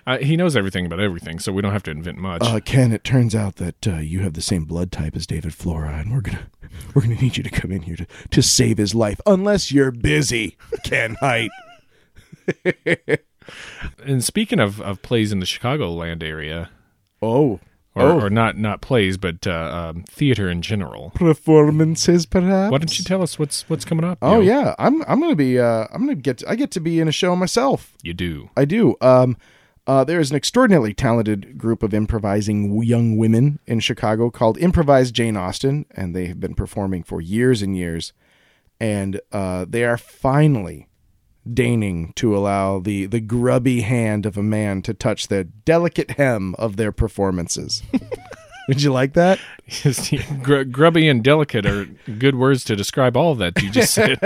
Speaker 1: Uh, he knows everything about everything, so we don't have to invent much.
Speaker 2: Uh-huh.
Speaker 5: Uh, Ken, it turns out that uh, you have the same blood type as David Flora, and we're gonna [laughs] we're gonna need you to come in here to to save his life, unless you're busy, [laughs] Ken Height.
Speaker 1: and speaking of, of plays in the Chicagoland area,
Speaker 2: Oh,
Speaker 1: or,
Speaker 2: Oh.
Speaker 1: or not not plays, but uh, um, theater in general.
Speaker 2: performances, perhaps.
Speaker 1: Why don't you tell us what's what's coming up?
Speaker 2: Oh
Speaker 1: Neil?
Speaker 2: yeah, I'm I'm gonna be uh, I'm gonna get I get to be in a show myself.
Speaker 1: you do.
Speaker 2: I do. Um, uh, there is an extraordinarily talented group of improvising w- young women in Chicago called Improvised Jane Austen, and they have been performing for years and years. And uh, they are finally deigning to allow the, the grubby hand of a man to touch the delicate hem of their performances. Would you like that?
Speaker 1: [laughs] Gr- grubby and delicate are good words to describe all that you just [laughs] said.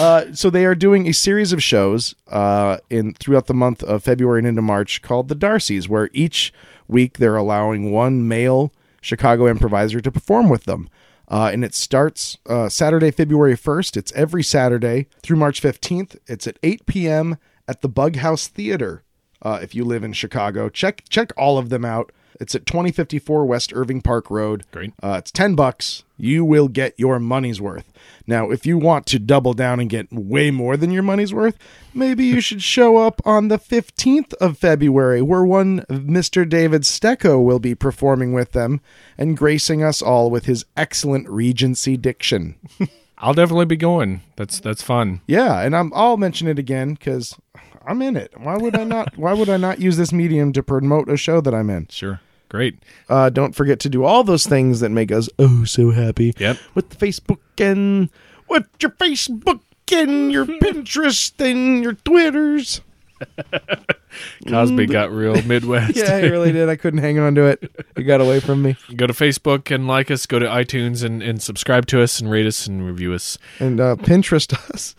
Speaker 2: Uh, so they are doing a series of shows uh, in throughout the month of February and into March called the Darcys, where each week they're allowing one male Chicago improviser to perform with them. Uh, and it starts uh, Saturday, February 1st. It's every Saturday through March 15th. It's at 8 p.m. at the Bug House Theater. Uh, if you live in Chicago, check check all of them out. It's at 2054 West Irving Park Road.
Speaker 1: Great.
Speaker 2: Uh, it's 10 bucks. You will get your money's worth. Now, if you want to double down and get way more than your money's worth, maybe you should show up on the 15th of February, where one Mr. David Stecco will be performing with them and gracing us all with his excellent Regency diction.
Speaker 1: I'll definitely be going. That's that's fun.
Speaker 2: Yeah, and I'm I'll mention it again because I'm in it. Why would I not? [laughs] Why would I not use this medium to promote a show that I'm in?
Speaker 1: Sure. Great.
Speaker 2: Uh, don't forget to do all those things that make us oh so happy.
Speaker 1: Yep.
Speaker 2: With the Facebook and with your Facebook and [laughs] your Pinterest and your Twitters.
Speaker 1: Cosby got real [laughs] Midwest.
Speaker 2: Yeah, I really did. I couldn't hang on to it. It got away from me.
Speaker 1: Go to Facebook and like us. Go to iTunes and, and subscribe to us and rate us and review us.
Speaker 2: And uh, Pinterest [laughs] us.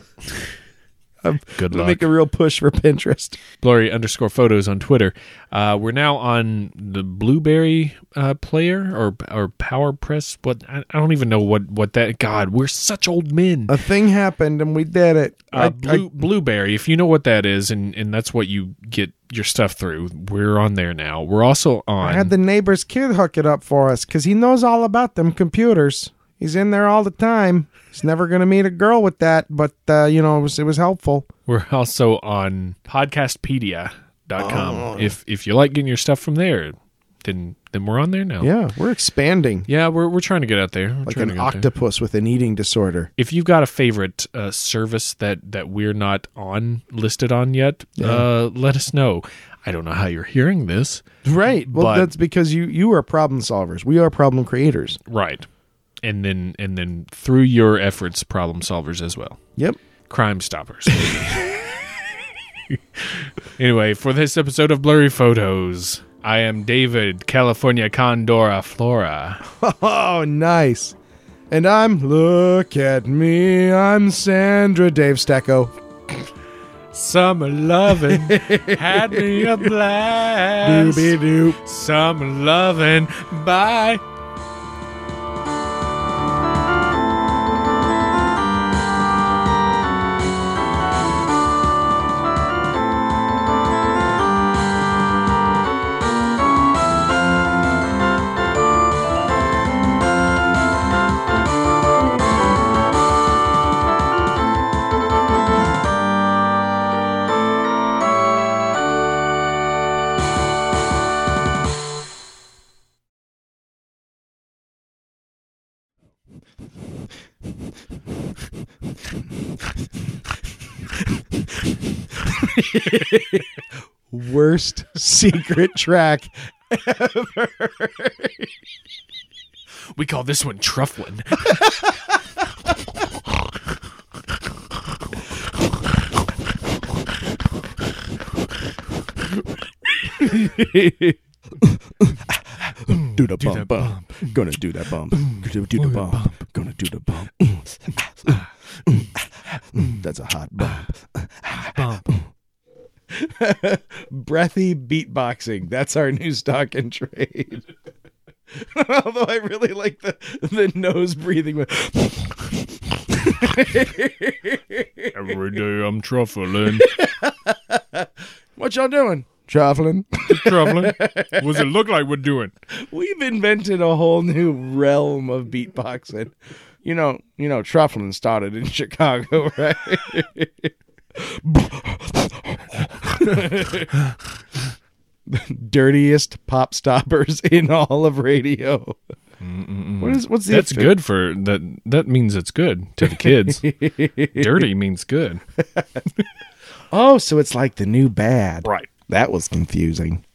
Speaker 2: I'm
Speaker 1: Good
Speaker 2: gonna
Speaker 1: luck.
Speaker 2: make a real push for Pinterest.
Speaker 1: Blurry underscore photos on Twitter. Uh, we're now on the Blueberry uh, player or or PowerPress. What I, I don't even know what what that. God, we're such old men.
Speaker 2: A thing happened and we did it. I-
Speaker 1: Uh, blue, blueberry, if you know what that is, and, and that's what you get your stuff through, we're on there now. We're also on.
Speaker 2: I had the neighbor's kid hook it up for us because he knows all about them computers. He's in there all the time. He's never going to meet a girl with that, but uh, you know it was, it was helpful.
Speaker 1: We're also on podcastpedia.com.
Speaker 2: Oh.
Speaker 1: If if you like getting your stuff from there, then then we're on there now.
Speaker 2: Yeah, we're expanding
Speaker 1: Yeah, we're we're trying to get out there. We're
Speaker 2: like
Speaker 1: trying
Speaker 2: an
Speaker 1: to get out there.
Speaker 2: octopus with an eating disorder.
Speaker 1: If you've got a favorite uh, service that that we're not on listed on yet, uh, let us know. I don't know how you're hearing this.
Speaker 2: Right. Well,
Speaker 1: But-
Speaker 2: that's because you you are problem solvers. We are problem creators.
Speaker 1: Right. And then and then through your efforts problem solvers as well.
Speaker 2: Yep. [laughs]
Speaker 1: Crime Stoppers. anyway, for this episode of Blurry Photos, I am David California Condora Flora.
Speaker 2: Oh, nice. And I'm look at me. I'm Sandra Dave Stecco.
Speaker 1: Summer loving had me [laughs] a blast.
Speaker 2: Doobie doop.
Speaker 1: Summer loving, bye.
Speaker 2: Worst [laughs] secret track.
Speaker 1: We call this one truffling.
Speaker 5: do the bump,
Speaker 2: uh,
Speaker 5: bump. Gonna do that bump. Gonna do the bump. Gonna do the bump.
Speaker 2: Mm.
Speaker 5: That's a hot bump.
Speaker 2: [laughs] breathy beatboxing. That's our new stock and trade. [laughs] Although I really like the the nose breathing. one.
Speaker 1: Every day I'm truffling.
Speaker 2: What y'all doing? Traveling.
Speaker 1: truffling. What does it look like we're doing?
Speaker 2: We've invented a whole new realm of beatboxing. You know, you know, truffling started in [laughs] Chicago, right? [laughs] Dirtiest pop stoppers in all of radio. What is what's the
Speaker 1: That's
Speaker 2: other-
Speaker 1: good for that. That means it's good to the [laughs] kids. Dirty means good.
Speaker 2: Oh, so it's like the new bad.
Speaker 1: Right.
Speaker 2: That was confusing.